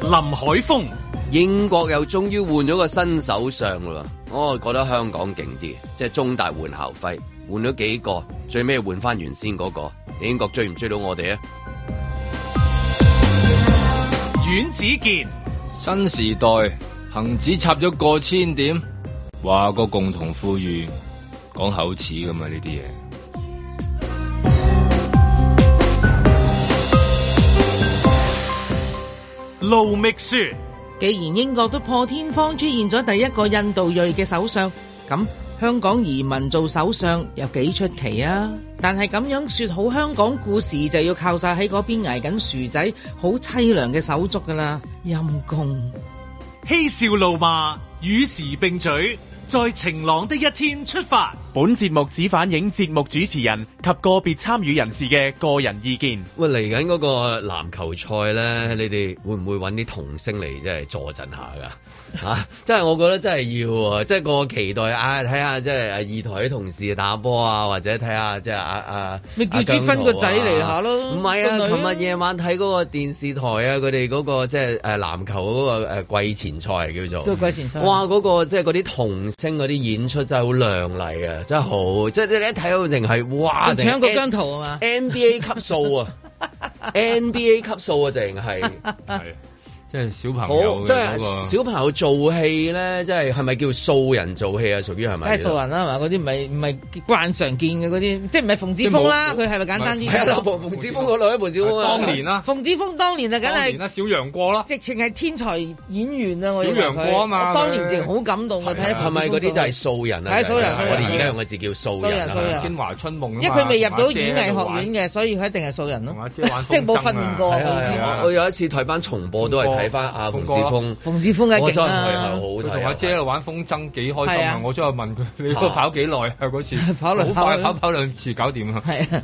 林海峰。英國又終於換咗個新首相啦，我覺得香港勁啲，即係中大換校徽，換咗幾個，最尾換翻原先嗰個。你英國追唔追到我哋啊？阮子健、新時代恒指插咗過千點，話個共同富裕講口齒㗎嘛呢啲嘢。盧覓雪，既然英國都破天荒出現咗第一個印度裔嘅首相，咁香港移民做首相又幾出奇啊！但係咁樣說好香港故事，就要靠晒喺嗰邊捱緊薯仔，好凄涼嘅手足㗎啦，陰公。嬉笑怒罵，與時並舉，在晴朗的一天出發。本節目只反映節目主持人及個別參與人士嘅個人意見。喂，嚟緊嗰個籃球賽咧，你哋會唔會揾啲童星嚟即係助陣下㗎？ 嚇、啊！即係我覺得真係要啊！即係個期待啊，睇下即係二台啲同事打波啊，或者睇下即係啊啊，咪叫朱芬個仔嚟下咯唔係啊，個女啊琴日夜晚睇嗰個電視台啊，佢哋嗰個即係誒籃球嗰個誒季前賽叫做。季前賽哇！嗰、個即係嗰啲童星嗰啲演出真係好亮麗啊，真係好，即係你一睇到淨係哇，仲搶過淨係姜濤啊嘛 NBA 級數啊，NBA 級數啊，淨係係，即係小朋好，友即嘅嗰係個小朋友做戲咧，即係係咪叫素人做戲啊？屬於係咪？梗係素人啦，係嘛？嗰啲唔係唔係慣常見嘅嗰啲，即係唔係馮子峰啦？即係佢冇係咪簡單啲係啊，冇嘅？馮馮子峰嗰女，馮子峰啊當年啦，馮子峰當年啊，梗當年係啦，小楊過啦，直情係天才演員啊！我小認為楊過啊嘛我當佢年直情好感動啊！睇係下啊係咪嗰啲就係素人啊？係素人就素人我哋而家用嘅字叫素人素人啊。京華春夢啊嘛因為佢未入到演藝同阿姐喺度玩學院嘅，所以佢一定係素人同咯阿姐玩，即係風箏冇啊訓練過。係啊係啊係係啊啊！我有一次睇翻重播都係睇翻阿馮子峰，馮志峰嘅我勁真係啊係！好佢睇同啊。阿姐喺度玩風箏幾開係心啊啊！我再問佢：你 個跑幾耐啊？嗰次跑嚟好跑快去跑跑兩次搞掂 啊！係啊，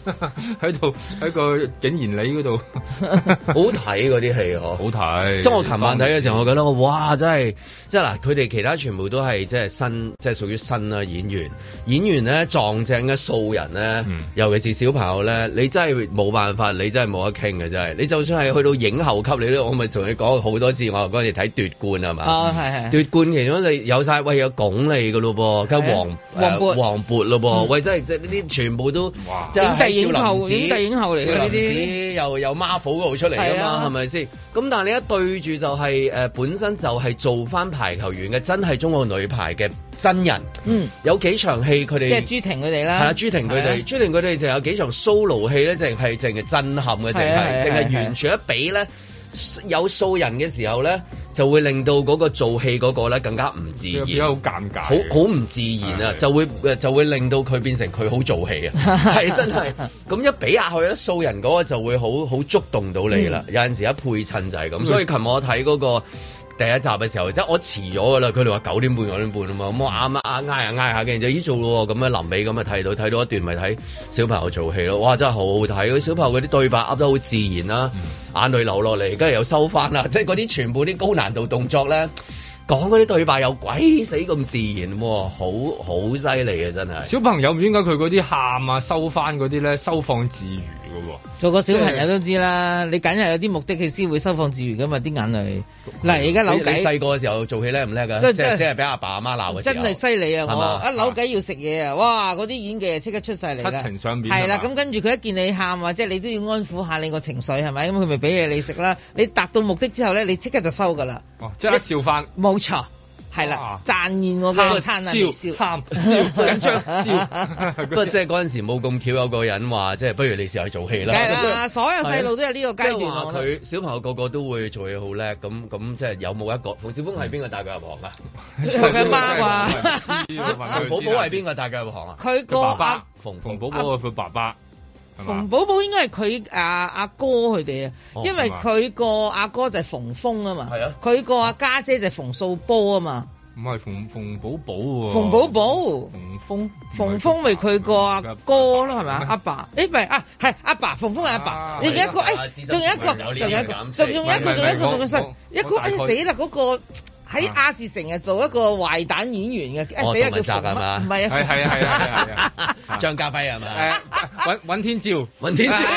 喺度喺個景賢里 嗰度好睇嗰啲戲哦呵好。睇。即係我琴晚睇嘅時候，我覺得我哇，真係即係嗱，佢哋其他全部都係即係新，即係屬於新啦演員。演員咧撞正嘅素人咧，嗯尤其是小朋友咧，你真係冇辦法，你真係冇得傾嘅真係。你就算係去到影後級，你都我咪同你講好多次，我話嗰陣時睇奪冠係嘛？啊，係係奪冠其中就有晒，喂有鞏俐嘅咯噃，跟係啊黃誒黃渤黃渤咯噃，喂真係即係呢啲全部都哇即係喺少影帝影林后寺影帝影后嚟嘅少林呢啲寺又有 Marvel 嗰度出嚟係啊嘛，啊係咪先？咁但係你一對住就係、誒、本身就係做翻排球員嘅，真係中國女排嘅真人，嗯，有幾場戲佢哋即係朱婷佢哋啦，係啦，朱婷佢哋，係啊朱婷佢哋就有幾場 solo 戲咧，淨係淨係震撼嘅，淨係係啊係啊淨係係啊完全一比咧，有素人嘅時候咧，就會令到嗰個做戲嗰個咧更加唔自變得好然。尷尬。好好唔自然啊，係就會就會令到佢變成佢好做戲啊， 係真係咁一比下去咧，素人嗰個就會好好觸動到你啦。有陣時一配襯就係咁，所以琴日我睇嗰個第一集嘅時候，即係我遲咗噶啦，佢哋話九點半九點半啊嘛，咁我啱啱挨下挨下，跟住就咦做咯喎，咁樣臨尾咁啊睇到睇到一段咪睇小朋友做戲咯，哇真係好好睇，嗰啲小朋友嗰啲對白噏得好自然啦，嗯眼淚流落嚟，跟住又收翻啦，即 係嗰啲全部啲高難度動作咧。講嗰啲對白又鬼死咁自然喎，好好犀利啊嘅真係。小朋友唔應該佢嗰啲喊啊、收翻嗰啲咧，收放自如嘅喎。做個小朋友都知啦，你梗係有啲目的，佢先會收放自如噶嘛啲眼淚。嗱，而家扭啊你你計細個嘅時候做戲叻唔叻㗎？真即係真即係俾阿爸阿媽鬧嘅時候真係犀利啊！係嘛我一扭計要食嘢啊，哇！嗰啲演技啊，即刻出晒嚟啦。七情上面係啦，係嘛咁跟住佢一見你喊啊，即係你都要安撫下你個情緒係咪？咁佢咪俾嘢你食啦。你達到目的之後咧，你即刻就收㗎啦。哦，即刻笑翻。冇錯，係啦啊，讚現我喊嘅餐啊，笑微笑喊笑緊張笑，不過 即係嗰陣時冇咁巧有個人話，即係不如你試下做戲啦。啊 梗係 啦，所有細路都有呢個階即係段啊話我覺得。佢小朋友個個都會做嘢好叻，咁咁即係有冇一個馮嗯小峰係邊個帶佢入行啊？佢阿媽啩啩寶寶係邊個帶佢入行啊？佢個佢爸阿爸馮馮寶寶係佢爸爸，係馮嘛？寶寶應該係佢阿阿哥佢哋啊哦，因為佢個阿哥就係馮峰啊嘛係啊，佢個阿家姐就係馮素波啊嘛，唔係馮馮寶寶喎，馮寶寶。馮峰，馮峰咪佢個阿哥咯，係咪啊？阿阿爸，誒唔係啊，係阿爸，馮峰係阿爸啊。你仲有一個，係啊知誒道仲有一個，有呢仲有一個，個仲仲有一個，仲有一個，仲有一個唔係唔係唔係我一個，我大概誒死啦！嗰個喺啊亞視成日做一個壞蛋演員嘅，誒哦死啦杜汶叫澤係嘛唔係係啊，係係係係係。張家輝係咪？誒，揾揾天照，尹天啊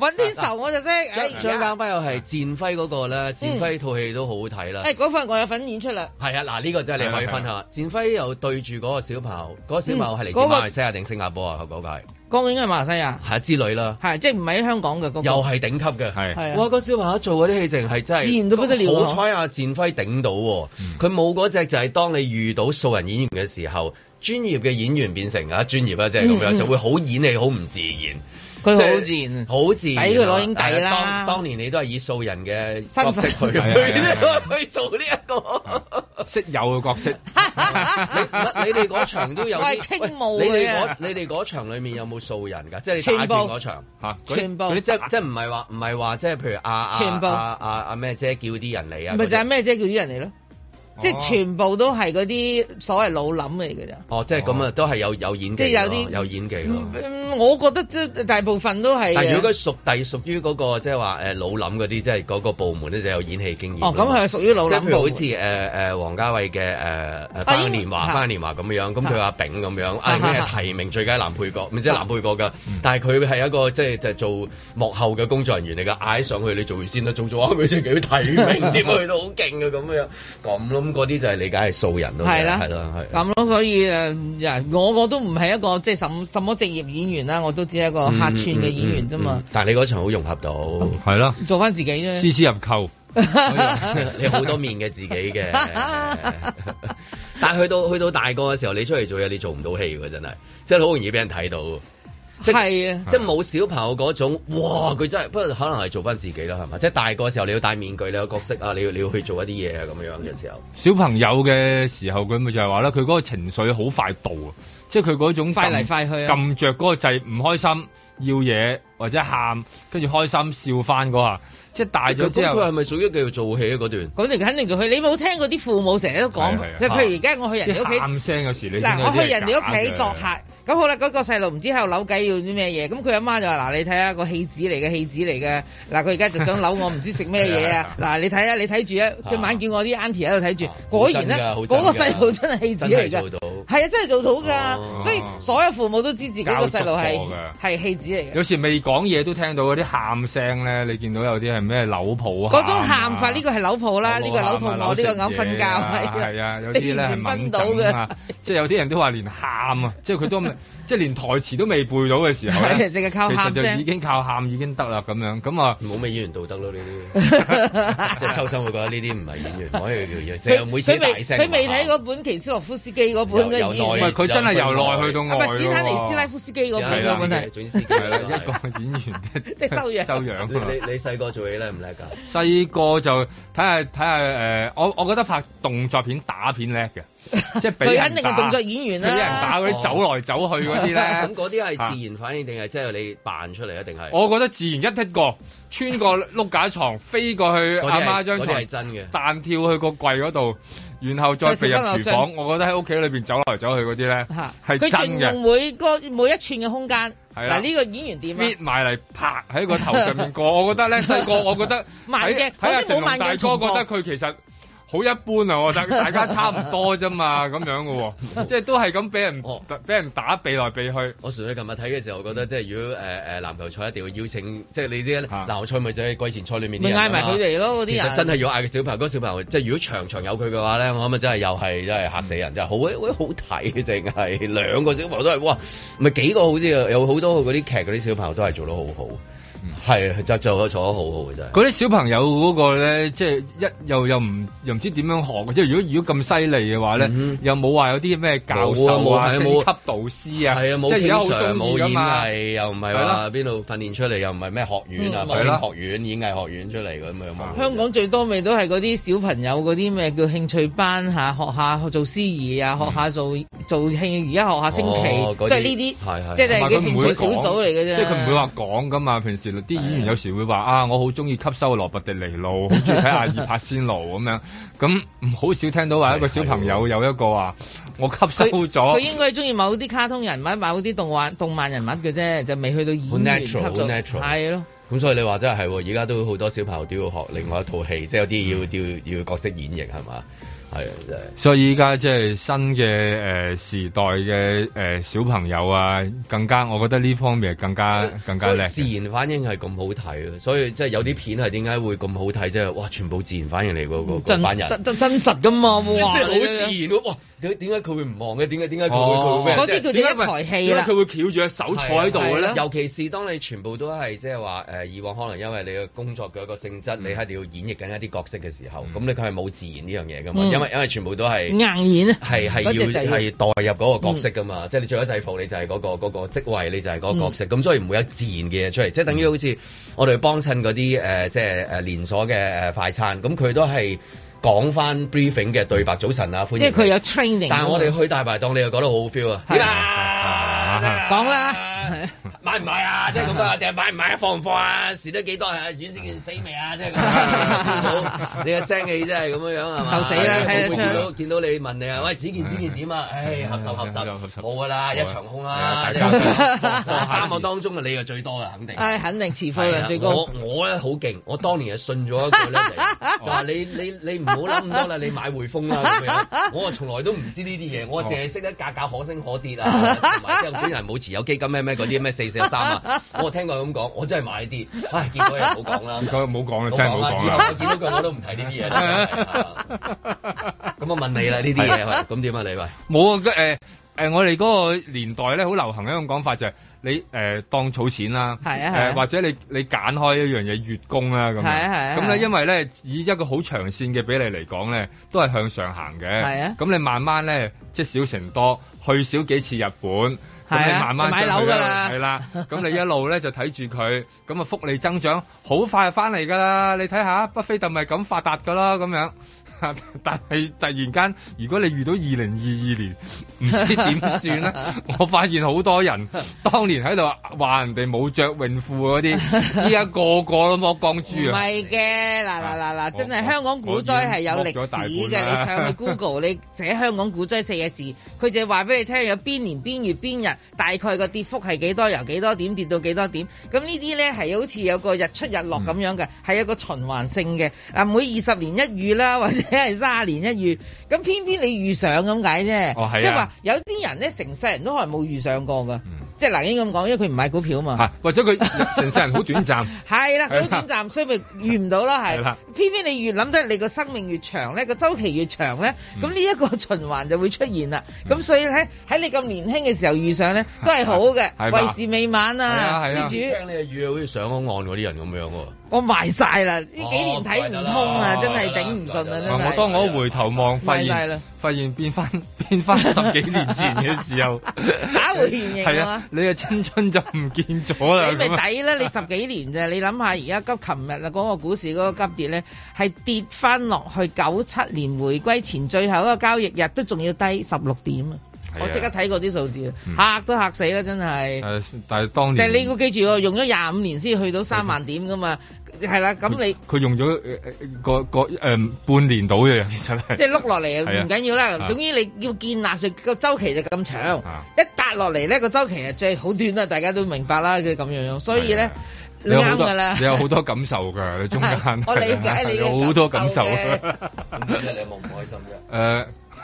尹天仇我就識，哎張誒張家輝又係戰輝嗰個咧，嗯戰輝套戲都好好睇啦。誒哎嗰份我有份演出啦，係啊，嗱呢個真係你可以分係下。戰輝又對住嗰個小朋友，嗰個小朋友係嚟自嗯嗰個馬來西亞定新加坡啊？嗰個係嗰個應該係馬來西亞，係之類啦，係即係唔係喺香港嘅嗰個，又係頂級嘅。係係哇！啊，嗰小朋友做嗰啲戲淨係真係自然到不得了啊好彩阿戰輝頂到喎，嗯佢冇嗰隻就係當你遇到素人演員嘅時候，專業嘅演員變成啊專業啦，即係咁嗯樣嗯就會好演戲好唔自然。佢好自即係 然。好自然啊，抵佢攞影帝啦當當年你都係以素人嘅角身色 份去係係去去做呢一個。啊識有嘅角 色， 你你哋嗰場都有我係啲，傾慕喂你哋佢嗰啊你哋嗰場裡面有冇素人㗎？即係你打全部拳嗰場，嚇全部嗰啲即哦即唔係話唔係話即係譬如阿全部阿阿阿阿咩姐叫啲人嚟啊，咪就係嗰啲咩啫？叫啲人嚟咯，即係哦全部都係嗰啲所謂老諗嚟嘅咋。哦，即係咁啊，都係有有演技即係咯，有啲有演技咯。嗯我覺得即大部分都係嘅。啊但係如果佢屬地屬於嗰個即係話誒老諗嗰啲，即係嗰個部門咧就有演戲經驗咯。哦，咁佢係屬於老即係諗譬如好部。似誒誒王家衛嘅誒誒《花樣年華》《呃啊花樣年華》咁樣，咁佢阿炳咁樣，啊已經係提名最佳男配角，唔啊知係男配角㗎，但係佢係一個即係就做幕後嘅工作人員嚟㗎，嗌上去你做完先啦，做做下佢先幾提名 添，佢都好勁嘅咁樣，咁咯，咁嗰啲就係理解係素人咯，係啦係啦，係。咁咯，所以誒，我我都唔係一個即係什麼什麼職業演員啦，我都只係一哦個客串嘅演員啫嘛嗯哦嗯嗯嗯，嗯但係你嗰場好融合到，係啦，做翻自己啫。絲絲入扣，你好多面嘅自己嘅。但係去到去到大個嘅時候，你出嚟做嘢，你做唔到戲㗎，真係，即係好容易俾人睇到。即係啊，即係冇小朋友嗰種，哇！佢真係，不過可能係做翻自己啦，係嘛？即係大個嘅時候，你要戴面具，你有角色啊，你要你要去做一啲嘢啊，咁樣嘅時候，小朋友嘅時候，佢咪就係話啦，佢嗰個情緒好快到啊，即係佢嗰種快撳嚟快去啊！撳着嗰個掣，唔開心要嘢或者喊，跟住開心笑翻嗰下，即係大咗之咁佢係後，咪屬於叫做做戲啊嗰段？咁你肯定做佢，你冇聽過啲父母成日都講係啊係啊，你譬如而家我去人哋啲屋企。喊聲有時你嗱，聽我到啲係去人哋屋企假嘅作客，咁好啦，嗰、個細路唔知喺度扭計要啲咩嘢，咁佢阿媽就話：嗱，你睇下個戲子嚟嘅戲子嚟嘅，嗱，佢而家就想扭我，唔知食咩嘢啊！嗱，你睇下，你睇住啊，今晚叫我啲 auntie 喺度睇住啊，果然咧，好嗰真㗎好真㗎個細路真係戲子嚟真係做㗎，到係啊，真係做到哦㗎，所以所有父母都知自己個細路教係足過㗎係戲子嚟嘅有。時未講嘢都聽到嗰啲喊聲咧，你見到有啲係咩扭抱啊？嗰種喊法，呢個係扭抱啦，有冇呢個扭抱喊啊我，呢個扭咁食瞓覺，嘢啊係啊，有啲 你咧完係全分敏到感嘅啊，，即係有啲人都話連喊啊，即係佢都 未即係連台詞都未背到嘅時候咧，係啊淨係靠喊聲其實就已經靠喊已經得啦咁樣，咁啊冇咩演員道德咯呢啲，即係秋生會覺得呢啲唔係演員，唔可以叫嘢，就係每次佢未大聲。佢未睇嗰本奇斯洛夫斯基嗰本有嘅有演唔內員係佢真係由內去到外啊咪㗎斯坦尼斯拉喎夫斯基嗰係本啦嘅問題，哎總之自己 係啦，啦一個演員即係收 養收養啊你你你細個做戲叻唔叻㗎？細個就睇下睇下誒，我我覺得拍動作片打片叻嘅，即係俾佢人肯定係打動作演員俾人打啦。嗰啲走來走去嗰 啲 咁咧，啊嗰啲係自然反應定係即係你扮出嚟一定係？我覺得自然一剔過，穿過碌架床，飛過嗰去啲係阿媽張嗰啲床係，真嘅。彈跳去個櫃嗰度，然後再飛入廚房。我覺得喺屋企裏邊走來走去嗰啲咧 嚇係佢真盡嘅用每個每一寸嘅空間。係啦嗱，呢個演員點啊？ ，fit 埋嚟拍喺個頭上面 過。我覺得咧細個，我覺得慢睇鏡睇好下似冇成龍慢鏡大哥重播覺得佢其實。好一般啊！我覺得大家差唔多啫嘛，咁樣嘅 喎，即係都係咁俾人哦俾人打避來避去。我純粹琴日睇嘅時候，我覺嗯得即係如果誒誒籃球賽一定要邀請，即係你啲啊籃球賽咪就係季前賽裏面啲咪人啊嗌嘛埋佢哋咯，嗰其啲實人真係要嗌個小朋友，嗰個小朋友即係如果場場有佢嘅話咧，我諗啊真係又係真係嚇死人，真係好喂喂好睇，啊淨係兩個小朋友都係哇，咪幾個好似有好多嗰啲劇嗰啲小朋友都係做得好嗯好，係就做咗做得好好嘅真係。嗰啲小朋友嗰個咧，即係一又又唔又唔知點樣學，即係如果如果咁犀利嘅話咧，嗯哼又冇話有啲咩教授冇啊冇係啊啊、升冇級導師啊，係啊，冇即係而家經好常中冇意噶演嘛。藝，又唔係係話啦邊度訓練出嚟，又唔係咩學院啊，嗯北係啦京學院、演藝學院出嚟咁樣嘛。香港最多咪都係嗰啲小朋友嗰啲咩叫興趣班嚇，學下做司嗯儀啊，學下做做興，而家學下升旗，哦嗰啲都係呢係係啲，即係同埋嘅佢唔興會趣小組嚟嘅啫。即係佢唔會話講噶嘛。平時啲演員有時會話啊，我好中意吸收羅伯迪尼路，好中意睇阿爾帕仙奴咁樣。咁唔好少聽到話一個小朋友有一個話我吸收佢啊佢咗，應該係中意某啲卡通人物、某啲動畫、動漫人物嘅啫，就未去到演員級數。好 natural，好 natural 係咯，咁所以你話真係喎，而家都好多小朋友都要學另外一套戲，即係有嗯啲要要要角色演繹係嘛？係啊，真係。所以依家即係新嘅誒、呃時代嘅誒、呃小朋友啊，更加我覺得呢方面係更加更加叻嘅。自然反應係咁好睇嘅，啊所以即係有啲片係點解會咁好睇？即係哇，全部自然反應嚟嗰嗰嗰班人，真真真真實噶嘛，即係哇！好自你然喎！哇，點點解佢會唔望嘅？點解點解佢會哦佢會咩？嗰即係啲叫做一台戲點啦解。佢會翹住隻手坐喺度嘅係啊咧？尤其是當你全部都係即係話誒，以往可能因為你嘅工作嘅一個性嗯質，你喺度要演繹緊一啲角色嘅時候，咁你佢係冇自然呢樣嘢噶嘛？因為嗯因為全部都係。硬演啊，係係要嗰隻就係嗯係代入嗰個角色噶嘛，即係你着咗制服，你就係嗰、個嗰、個職位，你就係嗰個角色，咁、所以唔會有自然嘅嘢出嚟，即係等於好似我哋幫襯嗰啲誒即係誒連鎖嘅誒快餐，咁佢都係講翻 briefing 嘅對白，早晨啊，歡因迎你。為佢有 training 㗎嘛。但係我哋去大排檔，你又覺得好好 feel 啊！係呀講啦係啊買唔買啊？即係咁啊，定係買唔買啊？放唔放啊？蝕得幾多啊？丸子件死未啊？即係咁啊。朝早你嘅聲氣真係咁樣樣係嘛？就死啦係啊我睇得出見到見到你問你啊，喂，子健子健點啊？唉，合手合手合手合手冇㗎啦，一場空係啊啦大。家三個當中啊，你就最多嘅肯定。唉，肯定持貨係量啊最高我。我咧好勁，我當年係信咗一句咧， 就係就話你你你唔好諗咁多啦，你買匯豐啦咁樣。我啊從來都唔知呢啲嘢，哦我淨係識得價格可升可跌 啊，同埋即係本人冇持有基金咩咩嗰啲咩四四三啊。我聽過佢咁講，我真係買啲，唉，結果又唔好講啊啦。結果冇講啦，冇真係冇啦講以後啦我。見到佢我都唔睇呢啲嘢 啦。啊咁我問你啦，呢啲嘢喂，咁點啊你喂？冇啊！誒、呃、呃我哋嗰個年代咧，好流行一種講法就係、你誒、呃、當儲錢啦，係啊誒係啊或者你你揀開一樣嘢月供啦咁樣，係啊係啊咁係啊咧因為咧以一個好長線嘅比例嚟講咧，都係向上行嘅，係啊咁你慢慢咧即係少成多，去少幾次日本。咁係你啊慢慢買樓㗎啦係 啦，咁你一路咧就睇住佢，咁啊福利增長好快就翻嚟㗎啦，你睇下巴菲特咪咁發達㗎啦咁樣。 但係突然間，如果你遇到二零二二年，唔知點算 咧？我發現好多人當年喺度話人哋冇着泳褲嗰 啲，依家個個都剝光唔豬啊！啊係嘅，嗱嗱嗱嗱，我真係香港股災係有歷史我已經剝咗大半嘅。啦你上 去 Google，你寫香港股災四個字，佢就話俾你聽有邊年邊月邊日，大概個跌幅係幾多，由幾多點跌到幾多點。咁呢啲呢係好似有個日出日落咁樣嘅，嗯係一個循環性嘅。啊，每二十年一遇啦， 或者係卅年一遇。咁偏偏你遇上咁解啫，哦係啊即係話有啲人呢，成世人都可能冇遇上過㗎。嗯即係嗱，應該咁講，因為佢唔買股票啊嘛。嚇，或者佢成世人好短暫，係啦，佢好短暫，所以咪遇唔到咯，係係啦。偏偏你越諗得你個生命越長咧，個周期越長咧，咁呢一個循環就會出現啦。咁所以咧，喺你咁年輕嘅時候遇上咧，都係好嘅係，嘛為時未晚啊，係啊係啊施主。聽你嘅語好似上咗岸嗰啲人咁 樣喎。我賣晒啦，呢幾年睇唔通啊，哦真係頂唔順啊，怪 真得啦我係。當我回頭望， 發賣曬現啦發現變翻 變翻十幾年前嘅時候， 打回原形係啊啊嘛，你嘅青春就唔見咗啦。你咪咁啊抵啦！你十幾年咋？你諗下而家急，琴日啊嗰個股市嗰個急跌咧，係跌翻落去九七年回歸前最後一個交易日都仲要低十六點啊！係啊我即刻睇過啲數字啊嗯，啊嚇都嚇死啦！真係。誒，但係當年但係你要記住喎，用咗廿五年先去到三萬點噶嘛，係啦，咁 你佢用咗誒誒個個誒半年到嘅，其實係即係碌落嚟係啊啊，唔緊要啦。啊總之你要建立就個周期就咁長啊，一笪落嚟咧個周期就最好短啦，大家都明白啦，佢咁樣樣，所以咧係啊你啱㗎啦你。有好多感受 㗎，你中間我理解你嘅有啊好多感受。感受誒嘅， 咁你有冇唔開心啫？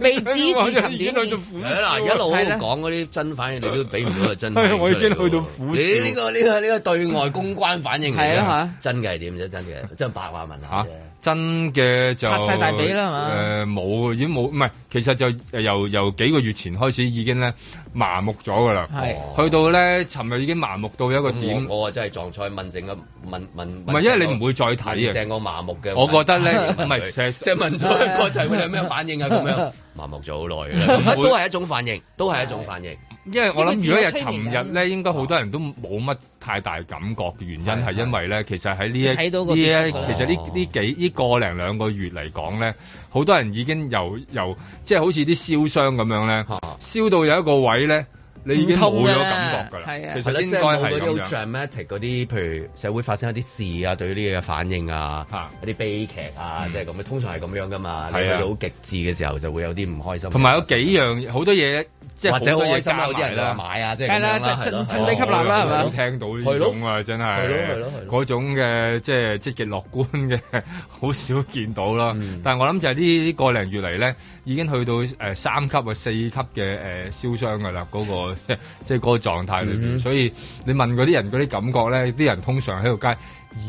未止至我尋短已經去到苦係啦，笑哎一路喺係度啦講嗰啲真反應，你都俾唔到個真反應出嚟喎。 我已經去到苦笑你呢個呢個呢個對外公關反應嚟係啊嘅嚇，真嘅係點啫？真嘅，真係啊白話問下嚇啫。真嘅就拍晒大髀啦係嘛誒冇，已經冇，唔係，其實就誒由由幾個月前開始已經咧麻木咗㗎啦。係哦去到咧，尋日已經麻木到一個點咁，我我啊真係撞彩問正咁問問，唔唔係因為你唔會再睇啊正我麻木嘅。我 覺得咧問佢唔係其實即係問咗 一個就係會有咩反應啊咁樣。麻木咗好耐㗎啦，啊唔會都係一種反應，都係一種反應。因為我諗，如果係尋日因為自我催眠咧，應該好多人都冇乜太大感覺嘅原因係係因為咧，其實喺呢一睇到個呢一結果其實呢哦呢幾呢個零兩個月嚟講咧，好多人已經由由即係好似啲燒傷咁樣咧，嚇燒到有一個位咧，你已經冇唔痛咗㗎啦感覺㗎係啦啊。其係啦實即係應該冇係嗰咁啲好樣。 dramatic 嗰啲，譬如社會發生一啲事啊，對於呢啲嘅反應啊嚇，一啲悲劇啊，嗯即係咁樣，通常係咁樣噶嘛。你係去啊到好極致嘅時候，就會有啲唔開心。同埋有幾樣好多嘢即係或者好好多嘢開心啦加有啲人埋就啦話買啊，即係梗係咁啦樣啦，係趁咯趁係趁低吸咯納啦係咯係嘛我聽到呢係咯種啊，真係咯係咯係係咯嗰種嘅即係積極樂觀嘅，好少見到啦。嗯但係我諗就係呢個零月嚟咧，已經去到誒三級啊四級嘅誒燒傷㗎啦，嗰個 即係嗰個狀態裏嗯哼邊。所以你問嗰啲人嗰啲感覺咧，啲人通常喺度街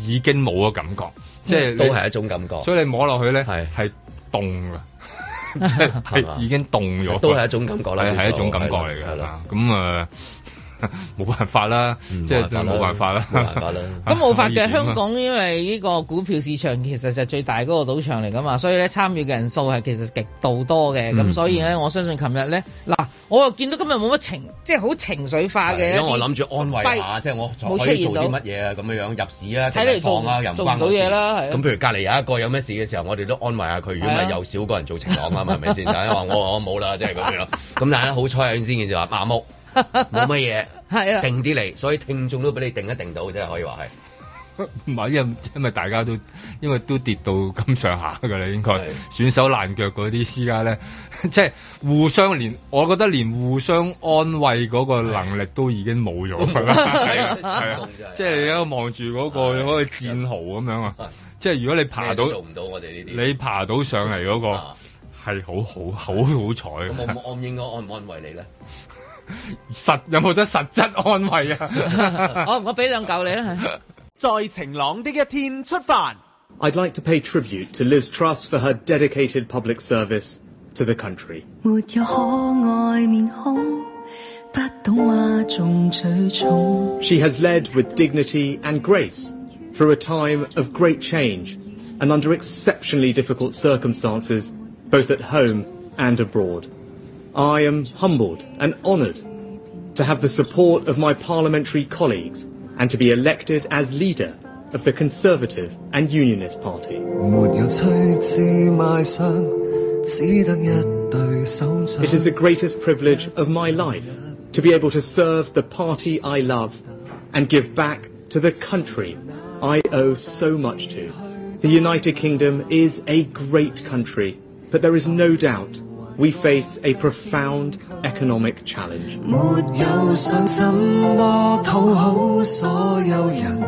已經冇咗感覺，即係你都係一種感覺，所以你摸落去咧係係凍 㗎， 即係係嘛係已經凍咗。都係啊一種感覺啦，係係一種感覺嚟係啦係啦㗎啦。咁啊， 冇辦法啦，嗯即係冇辦法啦，冇辦法啦咁冇法可以點嘅，啊香港因為呢個股票市場其實就最大嗰個賭場嚟噶嘛，所以咧參與嘅人數係其實極度多嘅，咁、嗯所以咧我相信琴日咧嗱，我又見到今日冇乜情，即係好情緒化係嘅，因為我諗 住安慰下，即係我就冇可以出做啲現到乜嘢啊，咁樣樣入市啊，睇嚟做放啊，又唔做關唔到我事嘢啦係啊咁譬如隔離有一個有咩事嘅時候，我哋都安慰下佢，如果唔係係啊又少個人做情郎啊嘛，係咪先？ 但係話我我冇啦，即係咁樣。咁但係好彩有先件就話麻木，冇乜嘢。 係啦，定啲嚟，所以聽眾都俾你定一定到，真係可以話 唔係因為因為大家都因為都跌到咁上下㗎啦，應該係損手爛腳嗰啲依家咧， 即係互相連，我覺得連互相安慰嗰個能力都已經冇咗 㗎啦，係啊係啊真係即係你喺度望住嗰個係嗰個戰壕咁樣啊，係。即係如果你咩爬都到做唔到我哋呢啲，你爬到上嚟嗰個啊係好好好好彩咁㗎。我我應該安唔安慰你咧？實有冇得實質安慰 啊？我我俾兩嚿你啦，係 在晴朗的一天出發。 I'd like to pay tribute to Liz Truss for her dedicated public service to the country. 沒有可愛面孔，不懂嘩眾取寵。 She has led with dignity and grace through a time of great change and under exceptionally difficult circumstances, both at home and abroad. I am humbled and honoured to have the support of my parliamentary colleagues and to be elected as leader of the Conservative and Unionist Party. 沒有吹枝賣相，只得一對手掌。 It is the greatest privilege of my life to be able to serve the party I love and give back to the country I owe so much to. The United Kingdom is a great country, but there is no doubt we face a profound economic challenge. 沒有想怎麼討好所有人，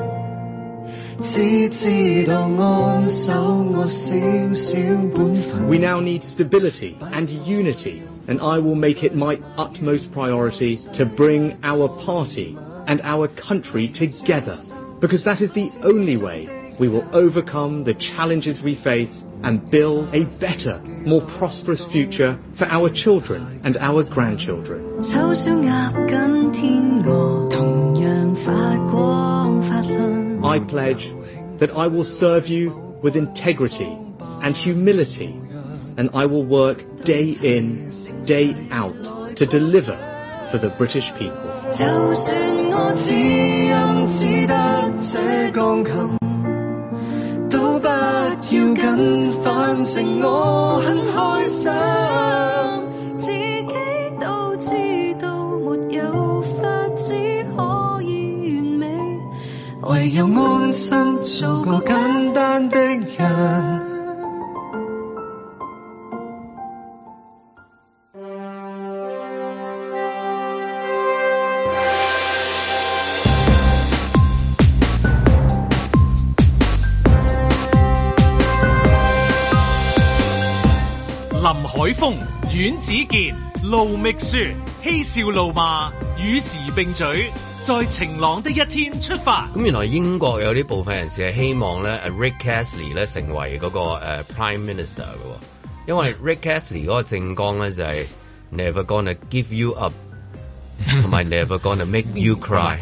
只知道安守我少少本分。 We now need stability and unity, and I will make it my utmost priority to bring our party and our country together, because that is the only way we will overcome the challenges we face and build a better, more prosperous future for our children and our grandchildren. 醜小鴨跟天鵝同樣發光發亮。 I pledge that I will serve you with integrity and humility, and I will work day in, day out to deliver for the British people. 就算我只因只得這鋼琴，都不要緊，反正我很開心。自己都知道沒有法子可以完美，唯有安心做個簡單的人。林海峰、阮子健、盧覓雪，嬉笑怒罵，與時並舉，在晴朗的一天出發。咁原來英國有啲部分人士係希望咧誒，Rick Astley 咧成為嗰、個、誒 Prime Minister 嘅喎，因 為 Rick Astley 嗰個政綱咧就係、Never gonna give you up，同埋 Never gonna make you cry，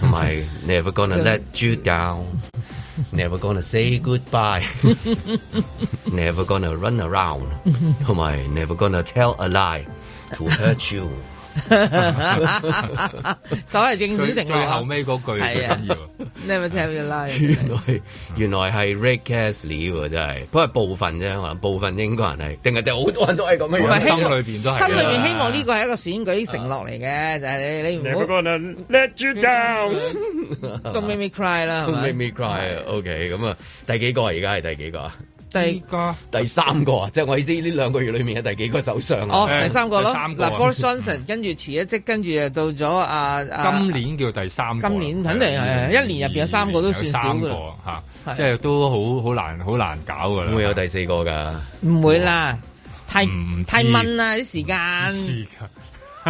同埋 Never gonna let you down，Never gonna say goodbye，Never gonna run around，同埋 Never gonna tell a lie to hurt you。就係正選最承最後諾。尾嗰句最啊係啊緊 要。 Never tell you lie。原來 原來係 Rick Astley 喎，真係，不過係部分啫，可能部分英國人係，定係定係好多人都係咁樣唔係樣。心裏邊都係心裏㗎邊啦希望呢個係一個選舉承諾嚟嘅，就係你你唔好 let you down. Don't make me cry 啦，係 Don't 咪 make me cry，OK，咁啊，第幾個啊而家係第幾個啊？第個第三個啊，即係我意思呢兩個月裏面嘅第幾個首相啊？哦，第三個咯，第三個嗱啊，Boris Johnson 跟住辭咗職，跟住就到咗啊啊今年叫第三個啦，今年肯定係啊一年入邊有三個都算少有三個㗎啦係嚇，即係都好好難好難搞㗎啦。會有第四個㗎。啊唔會啦，太唔知太掹啦啲時間，時間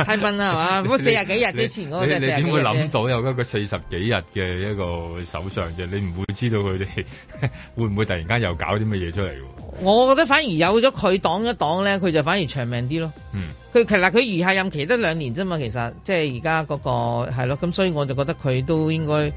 太笨啦係啊 嘛不過40幾日之前嗰個你就你你40點幾會日啫諗到有一個四十幾日嘅一個首相啫？你唔會知道佢哋 會唔會突然間又搞啲乜嘢出嚟喎？我覺得反而有咗佢擋一擋咧，佢就反而長命啲咯。嗯，佢其實佢餘下任期得兩年啫嘛，其實即係而家嗰個係咯，咁所以我就覺得佢都應該。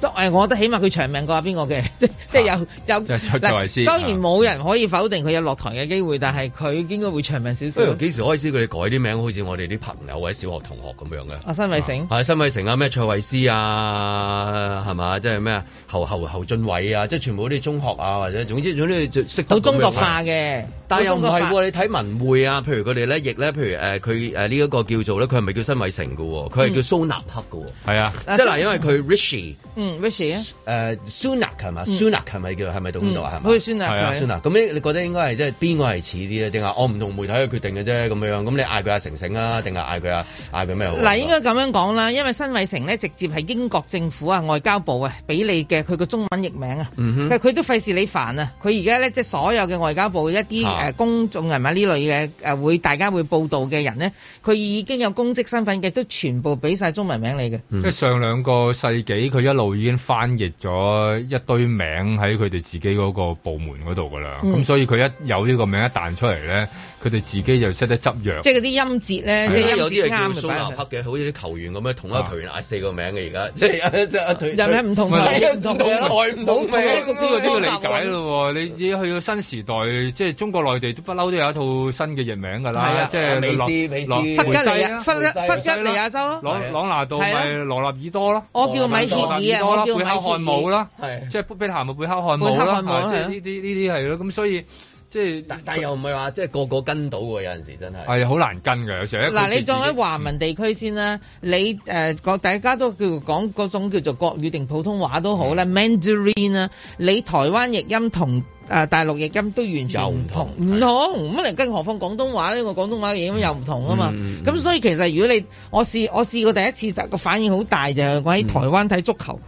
都誒，我覺得起碼佢長命過阿邊個嘅， 即即係有有就就就啊係先啊當然冇人可以否定佢有落台嘅機會，但係佢應該會長命少不少如。幾時開始佢哋改啲名，好似我哋啲朋友或者小學同學咁樣嘅？阿新偉成，係新偉成啊，咩卓慧思啊，係嘛？即係咩啊侯侯侯俊偉啊，即係全部啲中學啊，或者總之總之就識得好中咁樣國化嘅，但係又唔係好中國化喎，你睇文匯啊，譬如佢哋咧，譯咧，譬如誒佢誒呢一個叫做咧，佢係咪叫新偉成嘅喎？佢嗯係叫蘇納克嘅喎。係啊，嗱即係嗱，因為佢 Rishi 嗯 r i c h 啊，誒 Sunak 係嘛？Sunak 係咪叫係咪讀呢度啊？係嘛嗯好似孫係啊啊， ？Sunak 佢咁你你覺得應該係即係邊個係似啲啊咧？定係我唔同媒體去決定嘅啫咁樣？咁你嗌佢阿成成啊，定係嗌佢阿嗌佢咩好啊？嗱，應該咁樣講啦，因為新偉成咧直接係英國政府啊外交部啊俾你嘅佢個中文譯名啊，嗯哼但係佢都費事你煩啊！佢而家咧即係所有嘅外交部一啲啊誒公眾人物呢類嘅誒會大家會報導嘅人咧，佢已經有公職身份嘅，都全部俾晒中文名你嘅。嗯即係上兩個世紀，佢一路已經翻譯咗一堆名喺佢哋自己嗰個部門嗰度㗎啦。咁、嗯所以佢一有呢個名一彈出嚟咧，佢哋自己就識得執藥。即係嗰啲音節咧，即即係係有音啲節係叫啱啊蘇就擺納入去克嘅，好似啲球員咁樣，同一個球員嗌四個名嘅而家，即係即係又咪唔同唔係嘅，唔同嘅咯，唔冇同同咩一呢個個標呢個準理答解案。咯喎，你你去到新時代，即係中國內地都不嬲都有一套新嘅譯名㗎係啦啊，即係美斯洛美斯洛弗吉啊尼梅亞，西啊弗啦吉弗吉尼亞州咯，朗係啊朗拿度係啊咪羅納爾多咯，我叫米歇羅納爾啊，多啦，我叫貝米克漢歇姆爾。啦，係即係碧咸咪貝克漢貝姆克啦，漢姆啊即係係啊呢啲呢啲係咯，咁所以即係但但又唔係話即係個個跟到喎，有陣時真係。哎係好難跟嘅，有時候一個嗱，字你作自喺己華文地區先啦，你誒講、大家都叫講嗰種叫做國語定普通話都好嗯啦，Mandarin 啦，你台灣譯音同誒、呃大陸譯音都完全又唔唔同同，唔同乜嚟？更何況廣東話呢個廣東話嘅譯音又唔同啊嘛。嗯咁、所以其實如果你我試我試過第一次個反應好大就係我嗯喺台灣睇足球。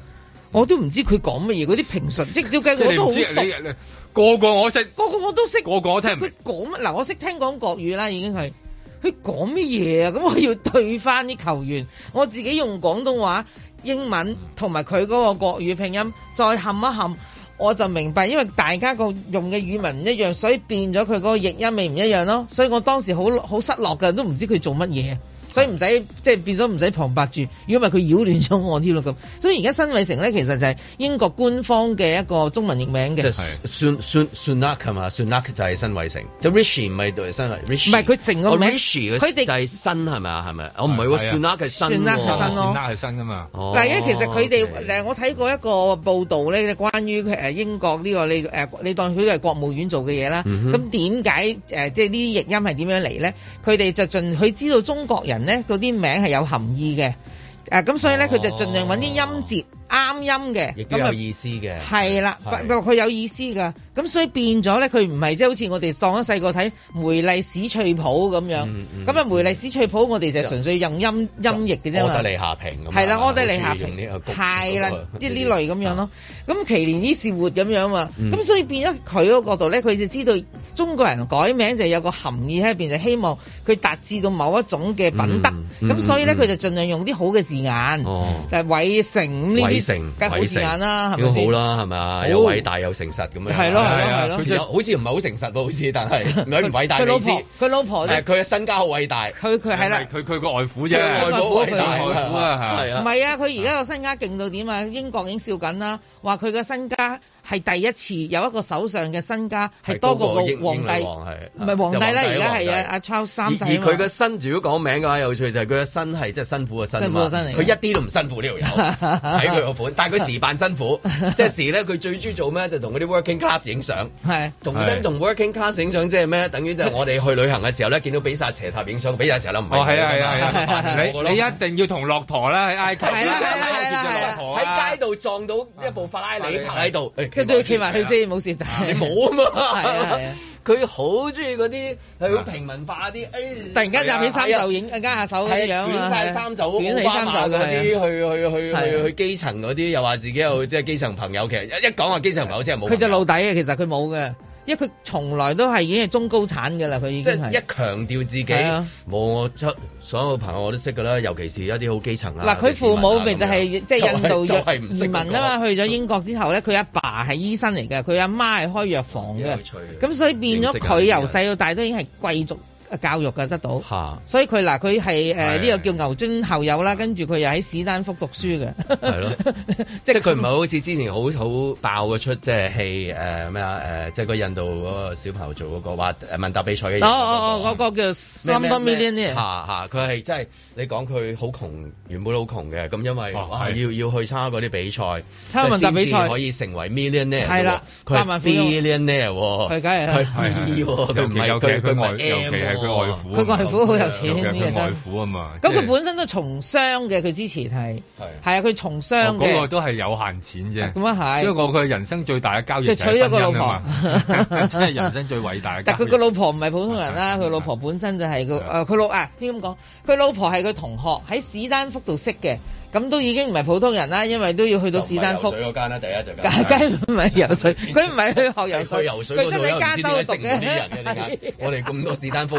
我都唔知佢講乜嘢，嗰啲評述，即係照計即係我你都唔好知熟，你你個個我識，個個我都識。個個我聽唔佢明。講乜嗱，我識聽講國語啦，已經係佢講乜嘢啊？咁我要對翻啲球員，我自己用廣東話、英嗯文同埋佢嗰個國語拼音再冚一冚，我就明白，因為大家個用嘅語文唔一樣，所以變咗佢嗰個譯音咪唔一樣咯。所以我當時好好失落㗎，都唔知佢做乜嘢。所以唔使即係變咗唔使旁白住，如果唔係佢擾亂咗我添咯咁。所以而家新偉成咧，其實就係英國官方嘅一個中文譯名即嘅係，算算算 k 係嘛？算 k 就係新偉成，就 Rishi 唔係對新偉，Rishi 唔係佢成個名哦 Rishi 佢佢哋哋就係新係咪啊？係咪？我唔係係啊喎，算 k 係新喎， Sunak 係新咯先啦係新㗎啊嘛，哦。嗱，因為其實佢哋 OK 誒，我睇過一個報道咧，關於誒英國呢、個你誒，你當佢係國務院做嘅嘢啦。嗯哼咁點解誒，即係呢啲譯音係點樣嚟咧？佢哋就盡佢知道中國人咧嗰啲名係有含義嘅，誒、咁所以咧哦佢就盡量揾啲音節啱音亦嘅，都咁有啊。意思嘅。係啦，不係不過佢有意思㗎，咁所以變咗咧，佢唔係即係好似我哋當咗細個睇梅麗史翠普咁樣，咁啊、嗯嗯梅麗史翠普我哋就純粹用音音譯嘅啫嘛。柯德利下平咁啊。係啦，柯德利夏好似用呢平個谷係啦嗰個，即係呢類咁樣咯。咁其年伊是活咁樣嘛，嗯咁所以變咗佢嗰個角度咧，佢就知道中國人改名就有個含義喺入邊，就希望佢達至到某一種嘅品德。咁、嗯嗯所以咧，嗯佢就盡量用啲好嘅字眼，哦。就係偉成嗯咁呢偉啲，成，梗係好偉字成眼啦，應係咪該先好？啦，係咪啊？有偉大有誠實咁樣。係咯係係啊咯係咯佢佢就就好似唔係好誠實喎，好似但係 佢唔偉大，佢你老知婆，佢老婆誒咧，佢嘅身家好偉大，佢佢係啦。佢佢個外父啫，佢外外母父偉大，佢外係父啊唔啊，係啊，佢而家個身家勁到點啊？英國已經笑緊啦，話佢嘅身家係第一次有一個首相嘅身家係多過個英皇英女帝王係唔係皇帝啦，就而家皇帝係啊，阿 Charles 而而三世啊嘛佢嘅身，如果講名嘅話，有趣就係佢嘅身係即係辛苦嘅身啊辛苦嘛，嘅身嚟嘅佢一啲都唔辛苦呢 條友，睇佢個款，但係佢時扮辛苦，即係時咧佢最中意做咩就同嗰啲 working class 影相。係同身同 working class 影相即係咩？等於就係我哋去旅行嘅時候咧，見到比薩斜塔影相，比薩斜塔唔係哦，係啊，係啊，我㗎嘛 係啊，我你㗎你咯一定要同駱駝啦，喺埃及，係啦係啦係啦係啊啦喺街度撞到一部法拉利停喺度，誒跟住佢哎企埋去，先先，冇事。啊你冇啊係啊係嘛啊。佢好中意嗰啲係好平民化啲，誒突然間係啊攬起衫係啊袖影，加下手咁係樣啊捲晒衫袖，捲起奧巴衫馬袖嗰嘅啲係啊去去去係啊去基層嗰啲，又話自己有即係基層朋友，其實一一講話基層朋友真係冇朋佢友。就老底嘅，其實佢冇嘅，因為佢從來都係已經係中高產嘅啦，佢已即經係係一。強調自己係啊冇我出所有朋友我都識㗎啦，尤其是一啲好基層啊。嗱，佢父母咪就係即係印度就裔係唔識移民啊嘛，去咗英國之後咧，佢阿爸係醫生嚟嘅，佢阿媽係開藥房嘅有趣，嘅咁所以變啊認識啊咗呢啲佢人由細到大都已經係貴族教育嘅得到。嚇，所以佢嗱，佢係係啊誒呢個叫牛津校友啦，跟住佢又喺史丹福讀書嘅，係 咯，即係佢唔係好似之前好好爆嘅出即係戲誒咩啊誒，即係個印度嗰個小朋友做嗰個話誒問答比賽嘅人嗰個。哦哦哦，嗰個叫 s l u m d o 咩咩咩 Millionaire，嚇嚇，佢係真係你講佢好窮，原本好窮嘅，咁因為哦哇要要係去參加嗰啲比賽，參加問答比佢賽先至可以成為 millionaire 係啦嘅喎佢百係萬富翁 billionaire 喎，佢梗係啦佢係係 B 喎，佢唔係尤其係佢佢外，唔係尤 M 啊其係佢外喎父，佢外父好有錢尤其係呢個真佢係外父啊嘛。咁佢即係本身都從商嘅，佢之前係係係啊，佢從商哦嗰個嘅，都係有限錢啫。咁啊所以係，我佢人生最大嘅交易就就娶咗個個，老婆啊 真係人生最偉大嘅交 但易。佢個老婆唔係普通人 啦，係佢老婆本身就係個係誒佢老啊，應咁講，佢老婆係佢同學喺史丹福度識嘅，咁都已經唔係普通人啦，因為都要去到史丹福就。唔係游水嗰間啦，第一就梗係唔係游 水，佢唔係去學游佢水，游水佢嗰真度係有喺加唔知點解州啊識讀唔到啲人 嘅，點解嘅。我哋咁多史丹福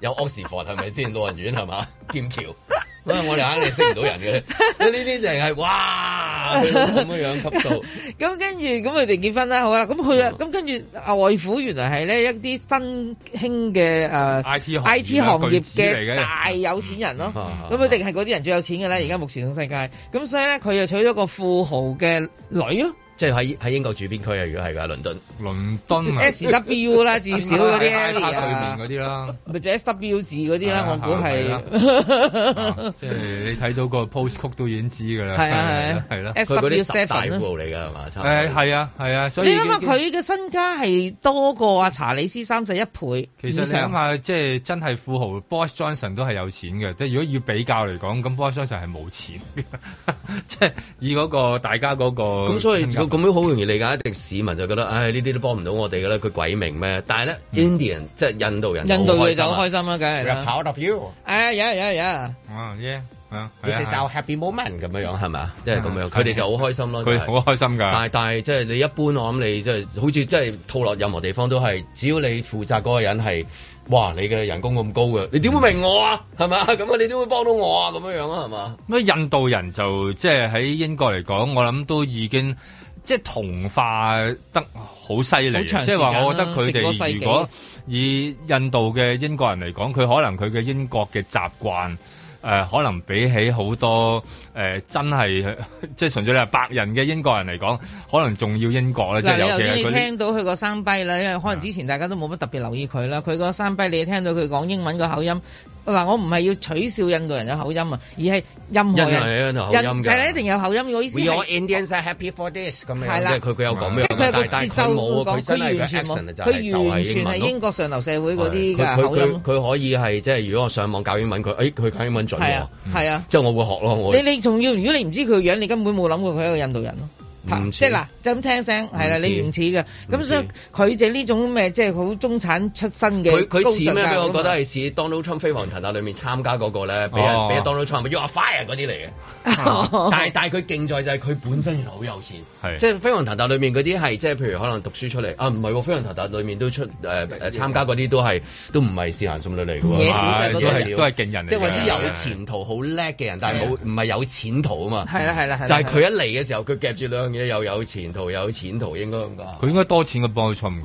有 Oxford 係咪先？老人院係嘛？ 劍橋，因為我哋硬係識唔到人嘅。呢啲就係哇，佢老母咁樣樣級數。咁跟住咁佢哋結婚啦，好啦，咁佢啊，咁跟住啊外父原來係咧一啲新興嘅誒 I T 行 I T 行啊業嚟嘅啊大有錢人咯，嗯啊咁佢哋係嗰啲人最有錢嘅啦，而家目前嘅世界，咁所以咧佢就娶咗個富豪嘅女咯即係喺喺英國住邊區啊？如果係㗎，倫敦倫敦啊， ，S W 啦，至少嗰 啲啊對 area，面嗰啲 啦。咪就 S W 字嗰啲啦，我估啊係。即係你睇到個 postcode 都已經知㗎啦。 係啊係係啊啦。佢嗰 SW 啲十大7富啦豪嚟㗎係嘛？差唔多誒係啊係啊，所以啊你諗下佢嘅身家係多過阿查理斯三十一倍其以實你諗上，下，即係真係富豪，Boris Johnson 都係有錢嘅。即係如果要比較嚟講，咁 Boris Johnson 係冇錢嘅， 即係以嗰個大家嗰個咁所以金額咁樣好容易理解，一定市民就覺得，唉呢啲都幫唔到我哋㗎啦，佢鬼明咩？但係咧，Indian 即係印度人，嗯印度好裔開心就啊好開心啦，梗係 We are 啦。 proud of you。啊，有有有，啊，yeah，啊，係 This 啊 is our happy moment 咁樣樣係咪啊？即係咁樣，嗯佢哋就好開心咯。佢真係好開啊但心㗎。係但係即係你一般我諗你即係好似即係套落任何地方都係，只要你負責嗰個人係，哇你嘅人工咁高嘅，你點會明我啊？係咪啊？ 咁啊你點會幫到我啊？咁樣樣啊係嘛？咁印度人就即係喺英國嚟講，我諗都已經即係同化得好犀利好嘅，長即係話時間啦我覺得佢成個世哋紀如果以印度嘅英國人嚟講，佢可能佢嘅英國嘅習慣。誒、可能比起好多誒、呃真係 即係純粹你係白人嘅英國人嚟講，可能仲要英國咧，即嗱係你尤頭其係先你嗰啲聽到佢個生跛啦，因為可能之前大家都冇乜特別留意佢啦，佢個生跛你聽到佢講英文個口音，嗱我唔係要取笑印度人嘅口音啊，而係任何人印度人有口音㗎就係一定有口音，我意思 We are 係。 Indians are happy for this 咁樣，係即啦係佢佢有講咩？即係佢有但個節但佢奏冇啊，咁講，佢真係佢佢完全冇， accent 就係就係佢完英全係文咯英國上流社會嗰係啲佢㗎口佢佢音，啊佢可以係即係如果我上網教英文，佢誒佢講英文準喎係嗯啊，係啊。即係我會學咯，我會你你仲要，如果你唔知佢個樣，你根本冇諗過佢係一個印度人咯。唔似即係嗱，就咁聽聲係啦，唔似你唔似嘅。唔咁似所以佢就呢種咩，即係好中產出身嘅佢佢似咩？高俾尚我覺得 教育啊係似 Donald Trump 飛黃騰達裏面參加嗰個咧，俾人哦俾 Donald Trump You are fire 嗰啲嚟嘅。 啊嘛但係但係佢勁在就係佢本身原來好有錢，係即係飛黃騰達裏面嗰啲係即係譬如可能讀書出嚟啊，唔係喎，飛黃騰達裏面都出誒 誒參加嗰啲都係都唔係是閒送女嚟嘅喎，野史係嘅都都嗰個係啊都係勁人嚟嘅，即係或者有前途好叻嘅人，但係冇唔係有錢途啊嘛。係啦係啦係啦。但係佢一嚟嘅時候，佢夾住兩樣嘢，又有前途，又有錢途，應該咁講。佢應該多錢嘅幫佢侵嘅，